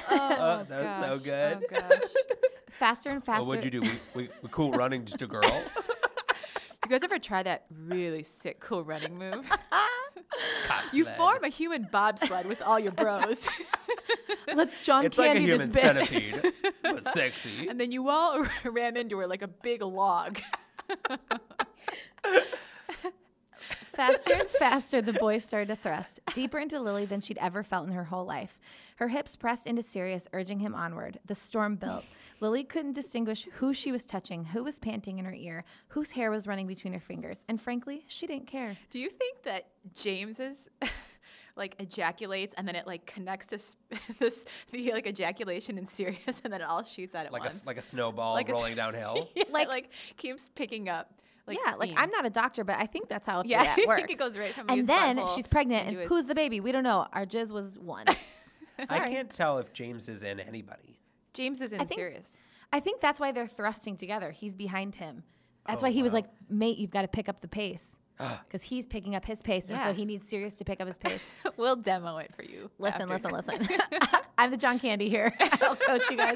[SPEAKER 4] Oh, that was so good.
[SPEAKER 2] Oh, gosh.
[SPEAKER 3] Faster and faster.
[SPEAKER 4] Well, what'd you do? We, we, we cool running just a girl?
[SPEAKER 2] You guys ever try that really sick, cool running move?
[SPEAKER 4] Cops
[SPEAKER 2] you
[SPEAKER 4] led.
[SPEAKER 2] form a human bobsled with all your bros,
[SPEAKER 3] Let's John
[SPEAKER 4] It's like a
[SPEAKER 3] Candy
[SPEAKER 4] human
[SPEAKER 3] this bitch.
[SPEAKER 4] centipede, but sexy.
[SPEAKER 2] and then you all ram into her like a big log.
[SPEAKER 3] Faster and faster, the boys started to thrust, deeper into Lily than she'd ever felt in her whole life. Her hips pressed into Sirius, urging him onward. The storm built. Lily couldn't distinguish who she was touching, who was panting in her ear, whose hair was running between her fingers, and frankly, she didn't care.
[SPEAKER 2] Do you think that James's like ejaculates and then it like connects to sp- this the like ejaculation in Sirius and then it all shoots out at
[SPEAKER 4] Like a,
[SPEAKER 2] once?
[SPEAKER 4] s- like a snowball
[SPEAKER 2] Like a s-
[SPEAKER 4] rolling downhill.
[SPEAKER 2] yeah,
[SPEAKER 3] like-
[SPEAKER 2] like, keeps picking up. Like
[SPEAKER 3] yeah, like
[SPEAKER 2] steam.
[SPEAKER 3] I'm not a doctor, but I think that's how
[SPEAKER 2] Yeah,
[SPEAKER 3] that
[SPEAKER 2] I
[SPEAKER 3] works.
[SPEAKER 2] think it goes right from
[SPEAKER 3] and
[SPEAKER 2] his
[SPEAKER 3] then
[SPEAKER 2] butthole
[SPEAKER 3] she's pregnant, and
[SPEAKER 2] into his-
[SPEAKER 3] who's the baby? We don't know. Our jizz was one.
[SPEAKER 4] I
[SPEAKER 3] Sorry.
[SPEAKER 4] can't tell if James is in anybody.
[SPEAKER 2] James is in
[SPEAKER 3] think-
[SPEAKER 2] Sirius.
[SPEAKER 3] I think that's why they're thrusting together. He's behind him. That's
[SPEAKER 4] Oh,
[SPEAKER 3] why he was
[SPEAKER 4] wow.
[SPEAKER 3] like, mate, you've got to pick up the pace. Because he's picking up his pace, and
[SPEAKER 2] Yeah.
[SPEAKER 3] so he needs Sirius to pick up his pace.
[SPEAKER 2] we'll demo it for you.
[SPEAKER 3] Listen,
[SPEAKER 2] after.
[SPEAKER 3] listen, listen. I'm the John Candy here. I'll coach you guys.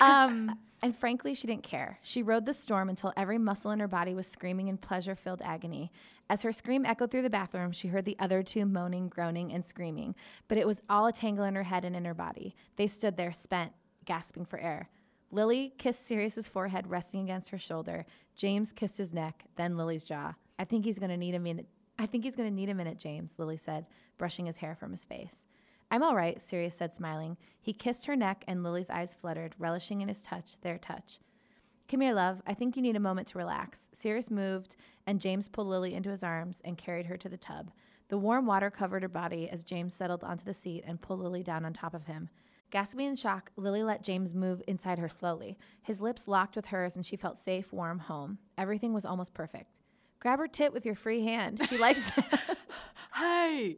[SPEAKER 3] Um, and frankly, she didn't care. She rode the storm until every muscle in her body was screaming in pleasure filled agony. As her scream echoed through the bathroom, she heard the other two moaning, groaning, and screaming. But it was all a tangle in her head and in her body. They stood there, spent, gasping for air. Lily kissed Sirius's forehead, resting against her shoulder. James kissed his neck, then Lily's jaw. I think he's gonna need a minute. I think he's gonna need a minute, James, Lily said, brushing his hair from his face. I'm all right, Sirius said, smiling. He kissed her neck, and Lily's eyes fluttered, relishing in his touch, their touch. Come here, love. I think you need a moment to relax. Sirius moved, and James pulled Lily into his arms and carried her to the tub. The warm water covered her body as James settled onto the seat and pulled Lily down on top of him. Gasping in shock, Lily let James move inside her slowly. His lips locked with hers, and she felt safe, warm home. Everything was almost perfect. Grab her tit with your free hand. She likes that.
[SPEAKER 2] Hey,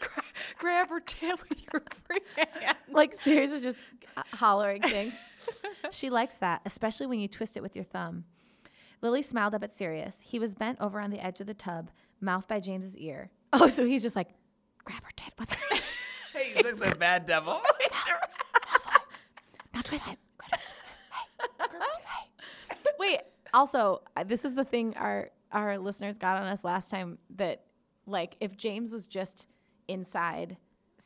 [SPEAKER 2] gra- grab her tail with your free hand.
[SPEAKER 3] like Sirius is just hollering things. she likes that, especially when you twist it with your thumb. Lily smiled up at Sirius. He was bent over on the edge of the tub, mouth by James's ear. Oh, so he's just like, grab her tit with her.
[SPEAKER 4] Hey, he's like a bad devil.
[SPEAKER 3] now twist it. Grab her tit. Hey, grab her tit. Hey. Wait. Also, uh, this is the thing our our listeners got on us last time that, like, if James was just inside.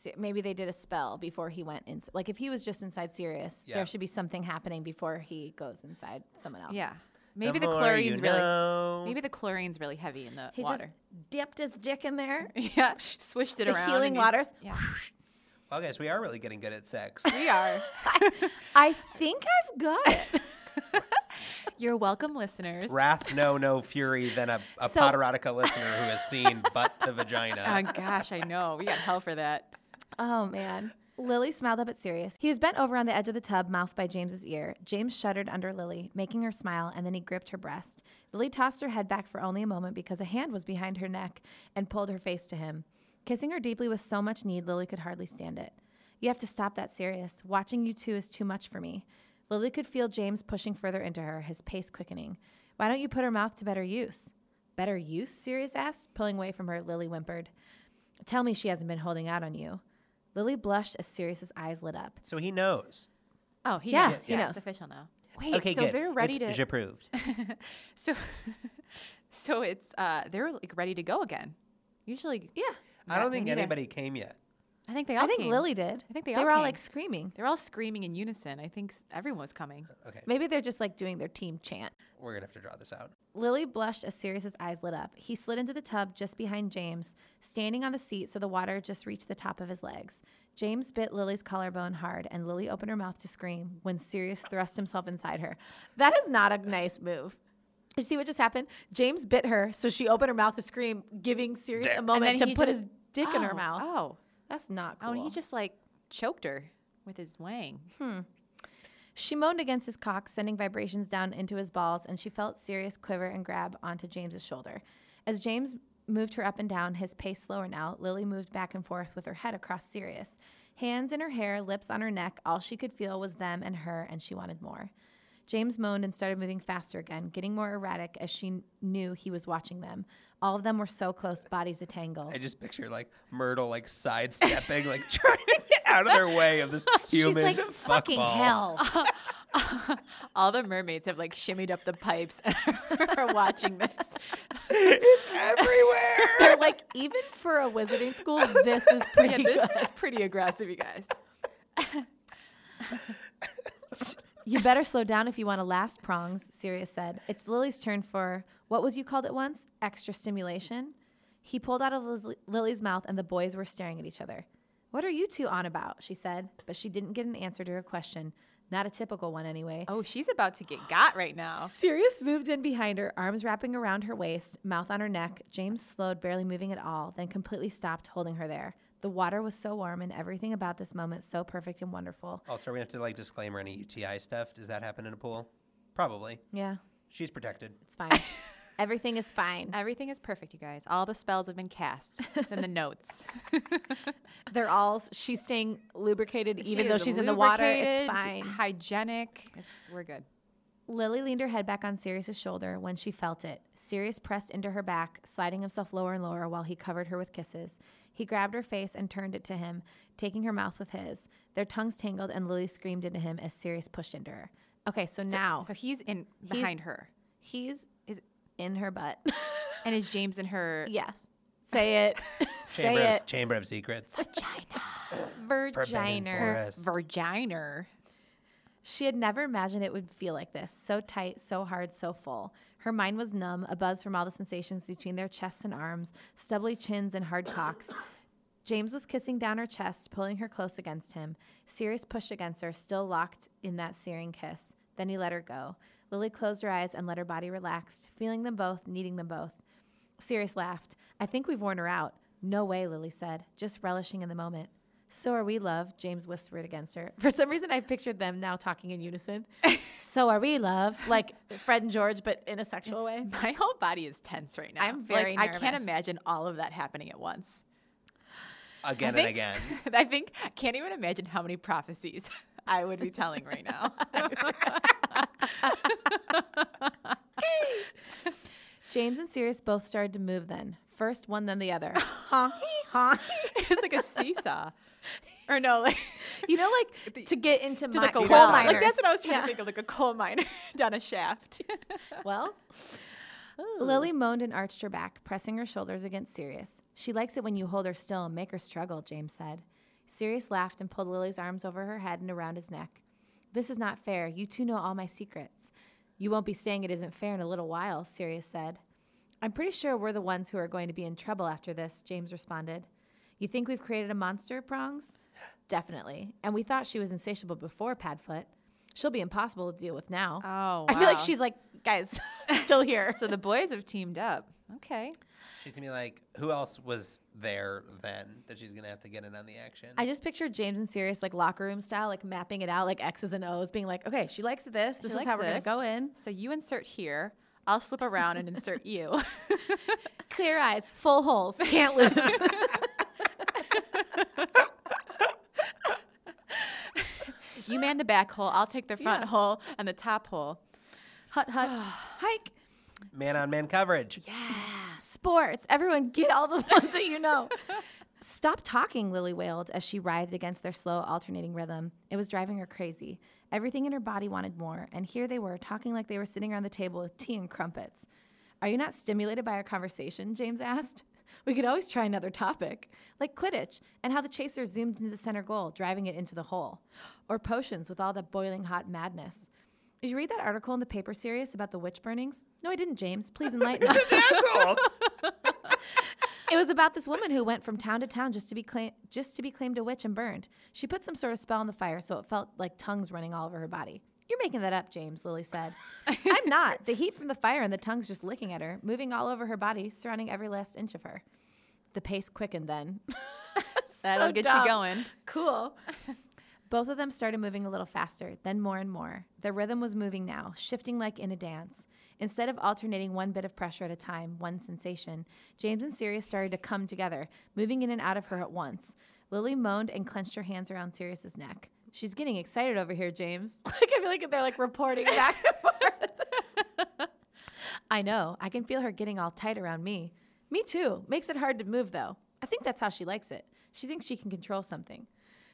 [SPEAKER 3] Si- Maybe they did a spell before he went in. Like if he was just inside Sirius,
[SPEAKER 4] Yeah.
[SPEAKER 3] there should be something happening before he goes inside someone else.
[SPEAKER 2] Yeah, maybe the,
[SPEAKER 4] more
[SPEAKER 2] chlorine's
[SPEAKER 4] you
[SPEAKER 2] really.
[SPEAKER 4] know.
[SPEAKER 2] Maybe the chlorine's really heavy in the
[SPEAKER 3] He
[SPEAKER 2] water.
[SPEAKER 3] just dipped his dick in there.
[SPEAKER 2] yeah, swished it
[SPEAKER 3] The
[SPEAKER 2] around.
[SPEAKER 3] healing
[SPEAKER 2] and he's-
[SPEAKER 3] waters.
[SPEAKER 2] Yeah,
[SPEAKER 4] Well, guys, we are really getting good at sex.
[SPEAKER 2] we are.
[SPEAKER 3] I think I've got it.
[SPEAKER 2] You're welcome, listeners.
[SPEAKER 4] Wrath, no, no fury than a, a
[SPEAKER 3] So-
[SPEAKER 4] Potterotica listener who has seen butt to
[SPEAKER 2] Oh
[SPEAKER 4] vagina.
[SPEAKER 2] gosh, I know. We got hell for that.
[SPEAKER 3] Oh man. Lily smiled up at Sirius. He was bent over on the edge of the tub, mouth by James's ear. James shuddered under Lily, making her smile, and then he gripped her breast. Lily tossed her head back for only a moment because a hand was behind her neck and pulled her face to him. Kissing her deeply with so much need, Lily could hardly stand it. You have to stop that, Sirius. Watching you two is too much for me. Lily could feel James pushing further into her, his pace quickening. Why don't you put her mouth to better use? Better use? Sirius asked, pulling away from her. Lily whimpered. Tell me she hasn't been holding out on you. Lily blushed as Sirius's eyes lit up.
[SPEAKER 4] So he knows.
[SPEAKER 2] Oh, he
[SPEAKER 3] Yeah,
[SPEAKER 2] knows.
[SPEAKER 3] he knows.
[SPEAKER 2] It's official now.
[SPEAKER 3] Wait,
[SPEAKER 4] okay,
[SPEAKER 3] so
[SPEAKER 4] good.
[SPEAKER 3] they're ready
[SPEAKER 4] It's
[SPEAKER 3] to
[SPEAKER 4] approved.
[SPEAKER 2] So, so it's uh, they're like ready to go again. Usually,
[SPEAKER 3] Yeah.
[SPEAKER 4] I don't
[SPEAKER 2] they
[SPEAKER 4] think
[SPEAKER 2] need a-
[SPEAKER 4] anybody came yet.
[SPEAKER 2] I think they all.
[SPEAKER 3] I think
[SPEAKER 2] came.
[SPEAKER 3] Lily did.
[SPEAKER 2] I think they
[SPEAKER 3] they
[SPEAKER 2] all
[SPEAKER 3] were all
[SPEAKER 2] came.
[SPEAKER 3] like screaming.
[SPEAKER 2] They're all screaming in unison. I think s- everyone was coming.
[SPEAKER 4] Okay,
[SPEAKER 3] Maybe they're just like doing their team chant.
[SPEAKER 4] we're gonna have to draw this out.
[SPEAKER 3] Lily blushed as Sirius's eyes lit up. He slid into the tub just behind James, standing on the seat so the water just reached the top of his legs. James bit Lily's collarbone hard, and Lily opened her mouth to scream when Sirius thrust himself inside her. That is not a nice move. You see what just happened? James bit her, so she opened her mouth to scream, giving Sirius a moment
[SPEAKER 2] then
[SPEAKER 3] to
[SPEAKER 2] he
[SPEAKER 3] put
[SPEAKER 2] just-
[SPEAKER 3] his dick in her
[SPEAKER 2] Oh,
[SPEAKER 3] mouth.
[SPEAKER 2] Oh.
[SPEAKER 3] That's not cool.
[SPEAKER 2] Oh, and he just like choked her with his wang.
[SPEAKER 3] She moaned against his cock, sending vibrations down into his balls, and she felt Sirius quiver and grab onto James's shoulder. As James moved her up and down, his pace slower now, Lily moved back and forth with her head across Sirius. Hands in her hair, lips on her neck, all she could feel was them and her, and she wanted more. James moaned and started moving faster again, getting more erratic as she kn- knew he was watching them. All of them were so close, bodies a tangle.
[SPEAKER 4] I just picture like Myrtle like sidestepping, like trying to get out of their way of this human.
[SPEAKER 2] She's like,
[SPEAKER 4] fuckball.
[SPEAKER 2] fucking hell. All the mermaids have like shimmied up the pipes and are watching this.
[SPEAKER 4] It's everywhere.
[SPEAKER 3] They're like, even for a wizarding school, this is pretty
[SPEAKER 2] Yeah, this
[SPEAKER 3] good.
[SPEAKER 2] is pretty aggressive, you guys.
[SPEAKER 3] You better slow down if you want to last, Prongs, Sirius said. It's Lily's turn for, what was you called it once? Extra stimulation? He pulled out of Liz- Lily's mouth, and the boys were staring at each other. What are you two on about? She said, but she didn't get an answer to her question. Not a typical one, anyway.
[SPEAKER 2] Oh, she's about to get got right now.
[SPEAKER 3] Sirius moved in behind her, arms wrapping around her waist, mouth on her neck. James slowed, barely moving at all, then completely stopped, holding her there. The water was so warm, and everything about this moment so perfect and wonderful.
[SPEAKER 4] Also, we have to like disclaimer any UTI stuff. Does that happen in a pool? Probably.
[SPEAKER 3] Yeah,
[SPEAKER 4] She's protected.
[SPEAKER 3] it's fine. everything is fine.
[SPEAKER 2] Everything is perfect, you guys. All the spells have been cast. It's in the notes.
[SPEAKER 3] They're all. She's staying lubricated, even
[SPEAKER 2] She
[SPEAKER 3] though
[SPEAKER 2] is
[SPEAKER 3] she's in the water. It's
[SPEAKER 2] lubricated,
[SPEAKER 3] fine.
[SPEAKER 2] She's hygienic. It's we're good.
[SPEAKER 3] Lily leaned her head back on Sirius's shoulder when she felt it. Sirius pressed into her back, sliding himself lower and lower while he covered her with kisses. He grabbed her face and turned it to him, taking her mouth with his. Their tongues tangled, and Lily screamed into him as Sirius pushed into her. Okay, so, now
[SPEAKER 2] So he's in behind her.
[SPEAKER 3] he's is in her butt.
[SPEAKER 2] And is James in her
[SPEAKER 3] yes, say it.
[SPEAKER 4] Chamber
[SPEAKER 3] say
[SPEAKER 4] of,
[SPEAKER 3] it.
[SPEAKER 4] Chamber of Secrets. Forbidden
[SPEAKER 3] Virginer.
[SPEAKER 4] forest.
[SPEAKER 2] vagina?
[SPEAKER 3] She had never imagined it would feel like this so tight, so hard, so full. Her mind was numb, abuzz from all the sensations between their chests and arms, stubbly chins, and hard cocks. James was kissing down her chest, pulling her close against him. Sirius pushed against her, still locked in that searing kiss. Then he let her go. Lily closed her eyes and let her body relax, feeling them both, needing them both. Sirius laughed. I think we've worn her out. No way, Lily said, just relishing in the moment. So are we, love, James whispered against her. For some reason, I pictured them now talking in unison. so are we, love, like Fred and George, but in a sexual way.
[SPEAKER 2] My whole body is tense right now.
[SPEAKER 3] I'm
[SPEAKER 2] Like,
[SPEAKER 3] very
[SPEAKER 2] I can't
[SPEAKER 3] nervous.
[SPEAKER 2] imagine all of that happening at once.
[SPEAKER 4] Again
[SPEAKER 2] think-
[SPEAKER 4] and again.
[SPEAKER 2] I think I can't even imagine how many prophecies I would be telling right now.
[SPEAKER 3] James and Sirius both started to move then. First one, then the other. Honk, honk.
[SPEAKER 2] it's like a seesaw. Or no, like
[SPEAKER 3] You know, like to get into my
[SPEAKER 2] like a
[SPEAKER 3] coal
[SPEAKER 2] coal
[SPEAKER 3] miner.
[SPEAKER 2] Like that's what I was trying to think of, like a coal miner down a shaft.
[SPEAKER 3] well, Lily moaned and arched her back, pressing her shoulders against Sirius. She likes it when you hold her still and make her struggle, James said. Sirius laughed and pulled Lily's arms over her head and around his neck. This is not fair. You two know all my secrets. You won't be saying it isn't fair in a little while, Sirius said. I'm pretty sure we're the ones who are going to be in trouble after this, James responded. You think we've created a monster, Prongs? Definitely. And we thought she was insatiable before, Padfoot. She'll be impossible to deal with now.
[SPEAKER 2] Oh,
[SPEAKER 3] I feel like
[SPEAKER 2] wow.
[SPEAKER 3] she's like, guys, still here.
[SPEAKER 2] so the boys have teamed up. Okay.
[SPEAKER 4] She's gonna be like, who else was there then that she's gonna have to get in on the action?
[SPEAKER 3] I just picture James and Sirius like locker room style, like mapping it out, like X's and O's, being like, okay, she likes this. This
[SPEAKER 2] She
[SPEAKER 3] is
[SPEAKER 2] likes
[SPEAKER 3] how we're
[SPEAKER 2] this.
[SPEAKER 3] gonna go in.
[SPEAKER 2] So you insert here. I'll slip around and insert you.
[SPEAKER 3] Clear eyes, full holes, can't lose.
[SPEAKER 2] you man the back hole. I'll take the front
[SPEAKER 3] Yeah.
[SPEAKER 2] hole and the top hole.
[SPEAKER 3] hut hut, hike,
[SPEAKER 4] man on man coverage.
[SPEAKER 3] sports. Everyone, get all the ones that you know. Stop talking, Lily wailed as she writhed against their slow, alternating rhythm. It was driving her crazy. Everything in her body wanted more, and here they were, talking like they were sitting around the table with tea and crumpets. Are you not stimulated by our conversation? James asked. We could always try another topic, like Quidditch and how the chasers zoomed into the center goal, driving it into the hole, or potions with all that boiling hot madness. Did you read that article in the paper, Sirius, about the witch burnings? No, I didn't, James. Please enlighten us.
[SPEAKER 4] Assholes!
[SPEAKER 3] It was about this woman who went from town to town just to be claim- just to be claimed a witch and burned. She put some sort of spell on the fire, so it felt like tongues running all over her body. You're making that up, James, Lily said. I'm not. The heat from the fire and the tongues just licking at her, moving all over her body, surrounding every last inch of her. The pace quickened then.
[SPEAKER 2] That'll
[SPEAKER 3] So
[SPEAKER 2] get
[SPEAKER 3] dumb.
[SPEAKER 2] you going.
[SPEAKER 3] Cool. Both of them started moving a little faster, then more and more. Their rhythm was moving now, shifting like in a dance. Instead of alternating one bit of pressure at a time, one sensation, James and Sirius started to come together, moving in and out of her at once. Lily moaned and clenched her hands around Sirius's neck. She's getting excited over here, James. Like I feel like they're like reporting back and forth. I know. I can feel her getting all tight around me. Me too. Makes it hard to move, though. I think that's how she likes it. She thinks she can control something.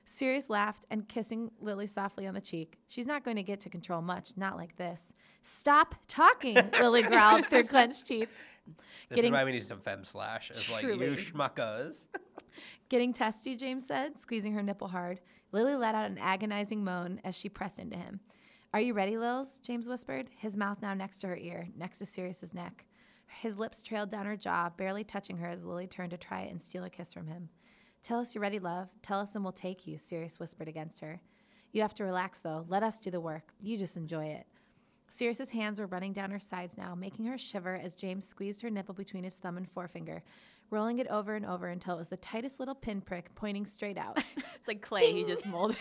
[SPEAKER 3] Sirius laughed and kissing Lily softly on the cheek. She's not going to get to control much, not like this. Stop talking, Lily growled through clenched teeth.
[SPEAKER 4] This
[SPEAKER 3] Getting-
[SPEAKER 4] is why we need some fem slash. It's like you
[SPEAKER 3] Truly.
[SPEAKER 4] schmuckers.
[SPEAKER 3] Getting testy, James said, squeezing her nipple hard. Lily let out an agonizing moan as she pressed into him. Are you ready, Lils? James whispered, his mouth now next to her ear, next to Sirius's neck. His lips trailed down her jaw, barely touching her as Lily turned to try and steal a kiss from him. Tell us you're ready, love. Tell us and we'll take you, Sirius whispered against her. You have to relax, though. Let us do the work. You just enjoy it. Sirius's hands were running down her sides now, making her shiver as James squeezed her nipple between his thumb and forefinger, rolling it over and over until it was the tightest little pinprick pointing straight out.
[SPEAKER 2] It's like clay he just molded.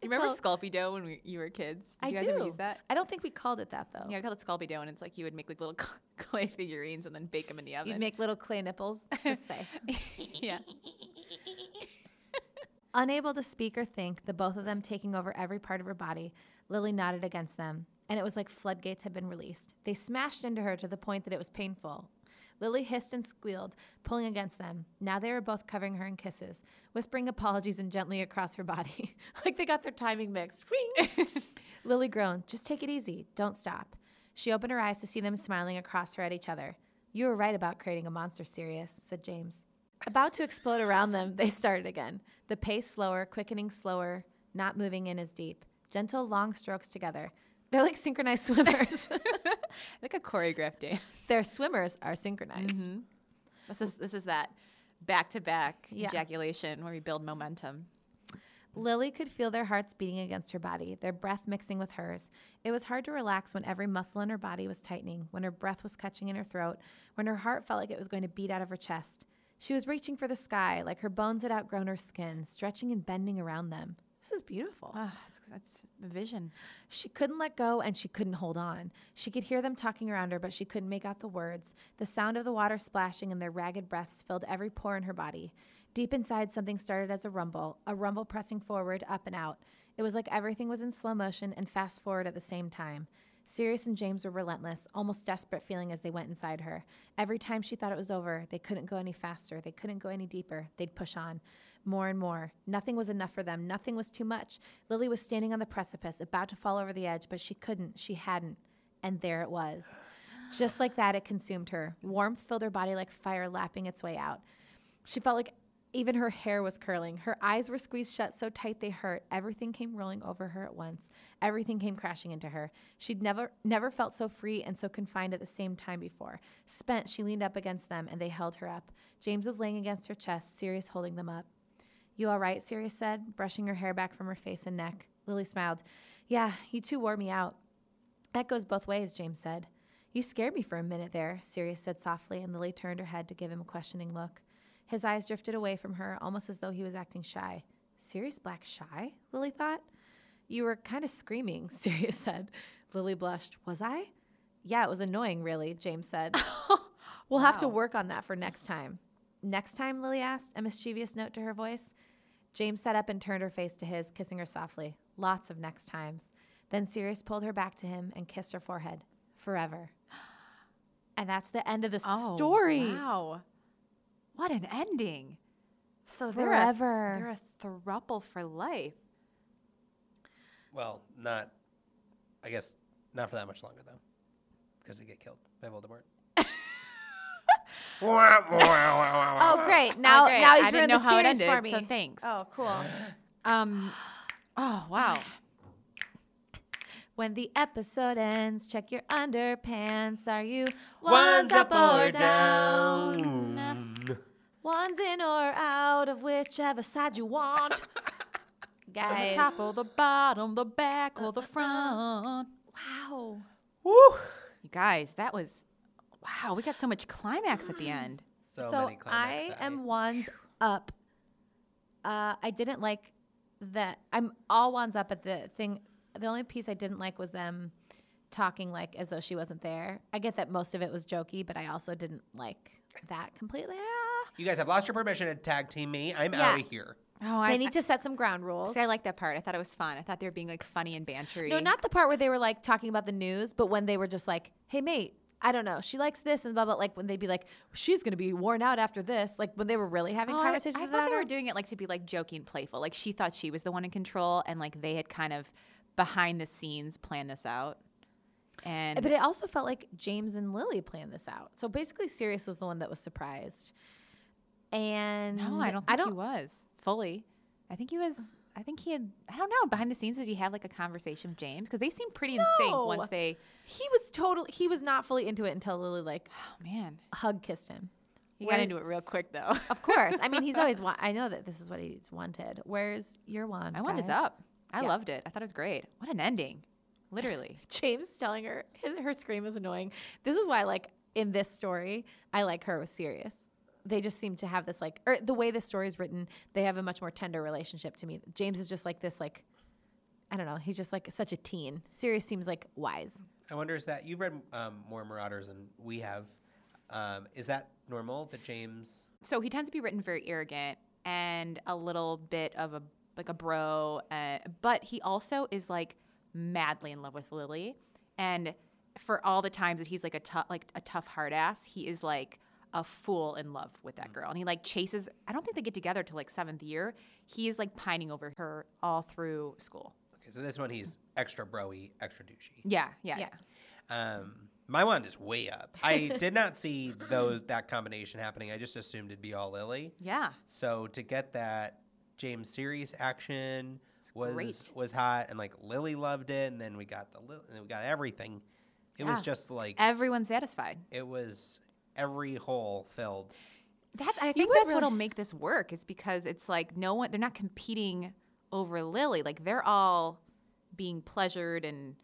[SPEAKER 2] you remember
[SPEAKER 3] all-
[SPEAKER 2] Sculpey dough when we, you were kids? Did
[SPEAKER 3] I
[SPEAKER 2] you guys
[SPEAKER 3] do.
[SPEAKER 2] ever use that?
[SPEAKER 3] I don't think we called it that though.
[SPEAKER 2] Yeah, I called it Sculpey dough, and it's like you would make like little clay figurines and then bake them in the oven.
[SPEAKER 3] You'd make little clay nipples. Just say.
[SPEAKER 2] yeah.
[SPEAKER 3] Unable to speak or think, the both of them taking over every part of her body, Lily nodded against them, and it was like floodgates had been released. They smashed into her to the point that it was painful. Lily hissed and squealed, pulling against them. Now they were both covering her in kisses, whispering apologies and gently across her body, like they got their timing mixed. Whee! Lily groaned, Just take it easy. Don't stop. She opened her eyes to see them smiling across her at each other. You were right about creating a monster, Sirius, said James. About to explode around them, they started again. The pace slower, quickening slower, not moving in as deep. Gentle, long strokes together. They're like synchronized swimmers.
[SPEAKER 2] Like a choreographed dance.
[SPEAKER 3] Their swimmers are synchronized.
[SPEAKER 2] This is this is that back to back
[SPEAKER 3] Yeah.
[SPEAKER 2] ejaculation where we build momentum.
[SPEAKER 3] Lily could feel their hearts beating against her body, their breath mixing with hers. It was hard to relax when every muscle in her body was tightening, when her breath was catching in her throat, when her heart felt like it was going to beat out of her chest. She was reaching for the sky, like her bones had outgrown her skin, stretching and bending around them. This is beautiful.
[SPEAKER 2] Oh, that's, that's a vision.
[SPEAKER 3] She couldn't let go and she couldn't hold on. She could hear them talking around her, but she couldn't make out the words. The sound of the water splashing and their ragged breaths filled every pore in her body. Deep inside, something started as a rumble, a rumble pressing forward, up and out. It was like everything was in slow motion and fast forward at the same time. Sirius and James were relentless, almost desperate feeling as they went inside her. Every time she thought it was over, they couldn't go any faster, they couldn't go any deeper, they'd push on. More and more. Nothing was enough for them, nothing was too much. Lily was standing on the precipice, about to fall over the edge, but she couldn't, she hadn't. And there it was. Just like that, it consumed her. Warmth filled her body like fire lapping its way out. She felt like even her hair was curling. Her eyes were squeezed shut so tight they hurt. Everything came rolling over her at once. Everything came crashing into her. She'd never never felt so free and so confined at the same time before. Spent, she leaned up against them and they held her up. James was laying against her chest, Sirius holding them up. You all right? Sirius said, brushing her hair back from her face and neck. Lily smiled. Yeah, you two wore me out. That goes both ways, James said. You scared me for a minute there, Sirius said softly, and Lily turned her head to give him a questioning look. His eyes drifted away from her, almost as though he was acting shy. Sirius Black shy? Lily thought. You were kind of screaming, Sirius said. Lily blushed. Was I? Yeah, it was annoying, really, James said. we'll have to
[SPEAKER 2] Wow.
[SPEAKER 3] work on that for next time. Next time? Lily asked, a mischievous note to her voice. James sat up and turned her face to his, kissing her softly. Lots of next times. Then Sirius pulled her back to him and kissed her forehead. Forever. And that's the end of the story.
[SPEAKER 2] Oh, Wow. What an ending. So
[SPEAKER 3] Forever.
[SPEAKER 2] they're a, they're a thruple for life.
[SPEAKER 4] Well, not. I guess not for that much longer though, because they get killed by Voldemort. Wah, wah, wah, wah, wah.
[SPEAKER 3] Oh, great. Now,
[SPEAKER 2] Oh, great.
[SPEAKER 3] now
[SPEAKER 2] I
[SPEAKER 3] he's
[SPEAKER 2] didn't
[SPEAKER 3] ruined
[SPEAKER 2] know
[SPEAKER 3] the
[SPEAKER 2] how it
[SPEAKER 3] series for me.
[SPEAKER 2] ended, so thanks.
[SPEAKER 3] Oh, cool.
[SPEAKER 2] Um. Oh wow.
[SPEAKER 3] When the episode ends, check your underpants. Are you
[SPEAKER 4] One's up or
[SPEAKER 3] down?
[SPEAKER 4] down.
[SPEAKER 3] One's in or out of whichever side you want.
[SPEAKER 2] Ah,
[SPEAKER 3] guys.
[SPEAKER 5] top or the bottom, the back or
[SPEAKER 2] Uh,
[SPEAKER 5] the front.
[SPEAKER 3] Wow.
[SPEAKER 4] Woo!
[SPEAKER 3] You
[SPEAKER 2] Guys, that was wow. We got so much climax at the end.
[SPEAKER 4] So,
[SPEAKER 3] so
[SPEAKER 4] many climax.
[SPEAKER 3] I am wands up. Uh, I didn't like that. I'm all wands up at the thing. The only piece I didn't like was them talking like as though she wasn't there. I get that most of it was jokey, but I also didn't like that completely. Ah.
[SPEAKER 4] You guys have lost your permission to tag team me. I'm
[SPEAKER 3] Yeah.
[SPEAKER 4] out of here.
[SPEAKER 2] Oh,
[SPEAKER 3] They need to set some ground rules.
[SPEAKER 2] See, I like that part. I thought it was fun. I thought they were being like funny and bantery.
[SPEAKER 3] No, not the part where they were like talking about the news, but when they were just like, "Hey, mate, I don't know, she likes this," and blah blah. Like when they'd be like, "She's gonna be worn out after this." Like when they were really having
[SPEAKER 2] Oh, I, I
[SPEAKER 3] conversations.
[SPEAKER 2] thought they
[SPEAKER 3] about
[SPEAKER 2] were
[SPEAKER 3] it.
[SPEAKER 2] doing it like to be like joking, and playful. Like she thought she was the one in control, and like they had kind of behind the scenes planned this out. And
[SPEAKER 3] But it also felt like James and Lily planned this out. So basically, Sirius was the one that was surprised. And
[SPEAKER 2] no, I don't. Think he was fully. I think he was. I think he had. I don't know. Behind the scenes, did he have like a conversation with James? Because they seemed pretty in sync
[SPEAKER 3] No.
[SPEAKER 2] once they.
[SPEAKER 3] He was totally. He was not fully into it until Lily like
[SPEAKER 2] Oh man,
[SPEAKER 3] hug kissed him.
[SPEAKER 2] he got
[SPEAKER 3] Where's-
[SPEAKER 2] into it real quick though.
[SPEAKER 3] Of course. I mean, he's always. Wa- I know that this is what he's wanted. Where's your wand?
[SPEAKER 2] My wand is
[SPEAKER 3] guys?
[SPEAKER 2] up. I
[SPEAKER 3] Yeah.
[SPEAKER 2] loved it. I thought it was great. What an ending. Literally.
[SPEAKER 3] James telling her his, her scream is annoying. This is why, like in this story, I like her with Sirius. They just seem to have this like, or the way this story is written, they have a much more tender relationship to me. James is just like this, like I don't know, he's just like such a teen. Sirius seems like wise.
[SPEAKER 4] I wonder is that you've read um, more Marauders than we have. Um, is that normal that James?
[SPEAKER 2] so he tends to be written very arrogant and a little bit of a like a bro uh, but he also is like madly in love with lily and for all the times that he's like a tough like a tough hard ass he is like a fool in love with that girl and he like chases i don't think they get together till like seventh year he is like pining over her all through school
[SPEAKER 4] Okay, so this one he's extra broy, extra douchey.
[SPEAKER 2] yeah yeah,
[SPEAKER 3] Yeah.
[SPEAKER 4] Um, my wand is way up. I did not see those that combination happening. I just assumed it'd be all Lily.
[SPEAKER 2] yeah.
[SPEAKER 4] So to get that James series action was
[SPEAKER 2] great.
[SPEAKER 4] was hot, and like Lily loved it, and then we got the Lil- and we got everything. It was
[SPEAKER 2] Yeah.
[SPEAKER 4] just like
[SPEAKER 2] everyone's satisfied
[SPEAKER 4] it was every hole filled.
[SPEAKER 2] That's I think
[SPEAKER 3] would
[SPEAKER 2] that's
[SPEAKER 3] really-
[SPEAKER 2] what'll make this work is because it's like no one they're not competing over Lily. Like they're all being pleasured and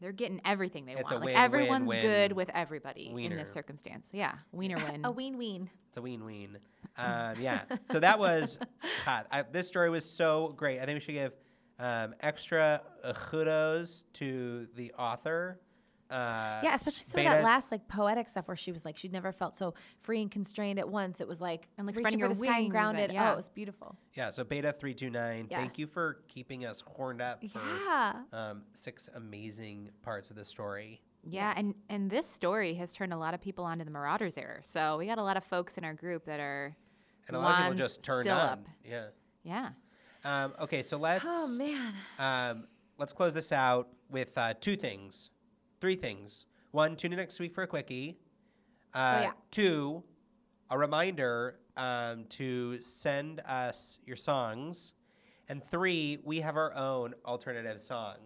[SPEAKER 2] they're getting everything they
[SPEAKER 4] It's a
[SPEAKER 2] want.
[SPEAKER 4] win,
[SPEAKER 2] like everyone's
[SPEAKER 4] win,
[SPEAKER 2] good
[SPEAKER 4] win.
[SPEAKER 2] with everybody in
[SPEAKER 4] Wiener.
[SPEAKER 2] this circumstance. Yeah. Wiener win.
[SPEAKER 3] A ween ween.
[SPEAKER 4] It's a ween ween. Um, yeah. So that was hot. I, this story was so great. I think we should give um, extra uh, kudos to the author. Uh,
[SPEAKER 3] yeah, especially some of that
[SPEAKER 4] beta-
[SPEAKER 3] last like poetic stuff where she was like she'd never felt so free and constrained at once. It was like
[SPEAKER 2] And, like,
[SPEAKER 3] reaching
[SPEAKER 2] spreading
[SPEAKER 3] for the
[SPEAKER 2] her
[SPEAKER 3] sky and
[SPEAKER 2] wings
[SPEAKER 3] grounded.
[SPEAKER 2] and- yeah.
[SPEAKER 3] Oh, it was beautiful.
[SPEAKER 4] Yeah. So Beta three two nine. Thank
[SPEAKER 3] Yes.
[SPEAKER 4] you for keeping us horned up for
[SPEAKER 3] Yeah.
[SPEAKER 4] um, six amazing parts of the story.
[SPEAKER 2] yeah, and and this story has turned a lot of people onto the Marauders error. So we got a lot of folks in our group that are
[SPEAKER 4] And a lot of
[SPEAKER 2] Wands
[SPEAKER 4] people just turned
[SPEAKER 2] still
[SPEAKER 4] on.
[SPEAKER 2] up.
[SPEAKER 4] Yeah.
[SPEAKER 2] yeah.
[SPEAKER 4] Um, okay. So let's
[SPEAKER 3] Oh man.
[SPEAKER 4] um, let's close this out with uh, two things, three things. One, tune in next week for a quickie. Uh,
[SPEAKER 3] Oh, yeah.
[SPEAKER 4] Two, a reminder um, to send us your songs. And three, we have our own alternative song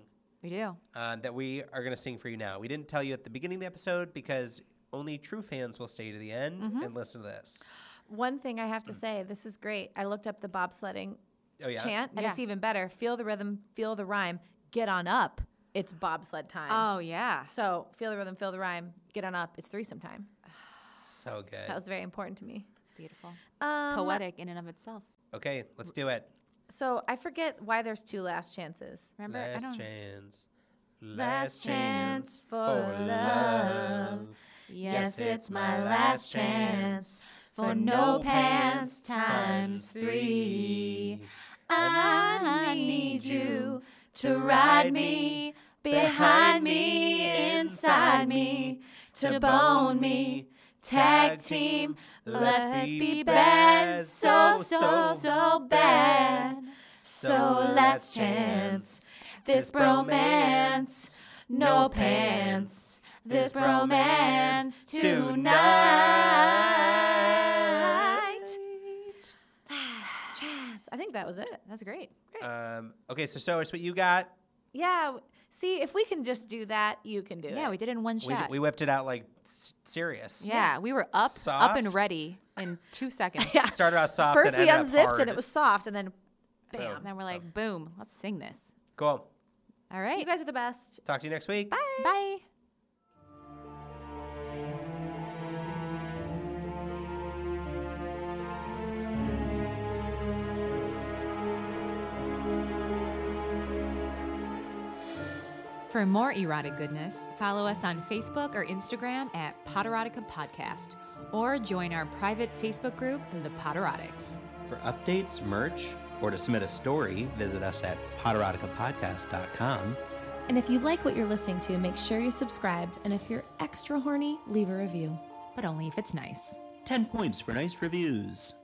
[SPEAKER 2] We do.
[SPEAKER 4] um, that we are going to sing for you now. We didn't tell you at the beginning of the episode because only true fans will stay to the end and listen to this.
[SPEAKER 3] One thing I have to say, this is great. I looked up the bobsledding
[SPEAKER 4] Oh, yeah.
[SPEAKER 3] chant, and
[SPEAKER 2] Yeah.
[SPEAKER 3] it's even better. Feel the rhythm, feel the rhyme, get on up. It's bobsled time.
[SPEAKER 2] Oh yeah.
[SPEAKER 3] So feel the rhythm, feel the rhyme, get on up. It's threesome time.
[SPEAKER 4] So good.
[SPEAKER 3] That was very important to me.
[SPEAKER 2] It's beautiful.
[SPEAKER 3] Um,
[SPEAKER 2] Poetic in and of itself.
[SPEAKER 4] okay, let's do it.
[SPEAKER 3] So I forget why there's two last chances.
[SPEAKER 2] Remember? I don't
[SPEAKER 4] Last chance.
[SPEAKER 3] Last chance for love.
[SPEAKER 4] Yes, it's my last chance for no pants times three.
[SPEAKER 3] I need you to ride me, behind me, inside me, to bone me. Tag team, let's be bad, so, so, so bad. So let's chance this bromance, no pants. This bromance tonight. Last chance. I think that was it.
[SPEAKER 2] That's great.
[SPEAKER 4] Um, okay, so so it's what you got.
[SPEAKER 3] Yeah. w- See, if we can just do that, you can do it.
[SPEAKER 2] Yeah, we did it in one
[SPEAKER 4] We, d-
[SPEAKER 2] shot.
[SPEAKER 4] we whipped it out like s- serious.
[SPEAKER 2] Yeah, we were up, up and
[SPEAKER 4] Soft.
[SPEAKER 2] ready in two seconds.
[SPEAKER 3] Yeah.
[SPEAKER 4] Started off soft.
[SPEAKER 3] First
[SPEAKER 4] and
[SPEAKER 3] we
[SPEAKER 4] ended up
[SPEAKER 3] unzipped
[SPEAKER 4] hard.
[SPEAKER 3] and it was soft, and then
[SPEAKER 2] Bam. And then we're like, boom, let's sing this.
[SPEAKER 6] Cool.
[SPEAKER 2] All right.
[SPEAKER 7] You guys are the best.
[SPEAKER 6] Talk to you next week.
[SPEAKER 2] Bye. Bye. For more erotic goodness, follow us on Facebook or Instagram at Potterotica Podcast, or join our private Facebook group, The Potterotics.
[SPEAKER 4] For updates, merch, or to submit a story, visit us at potteroticapodcast.com.
[SPEAKER 3] And if you like what you're listening to, make sure you subscribed. And if you're extra horny, leave a review.
[SPEAKER 2] But only if it's nice.
[SPEAKER 4] 10 points for nice reviews.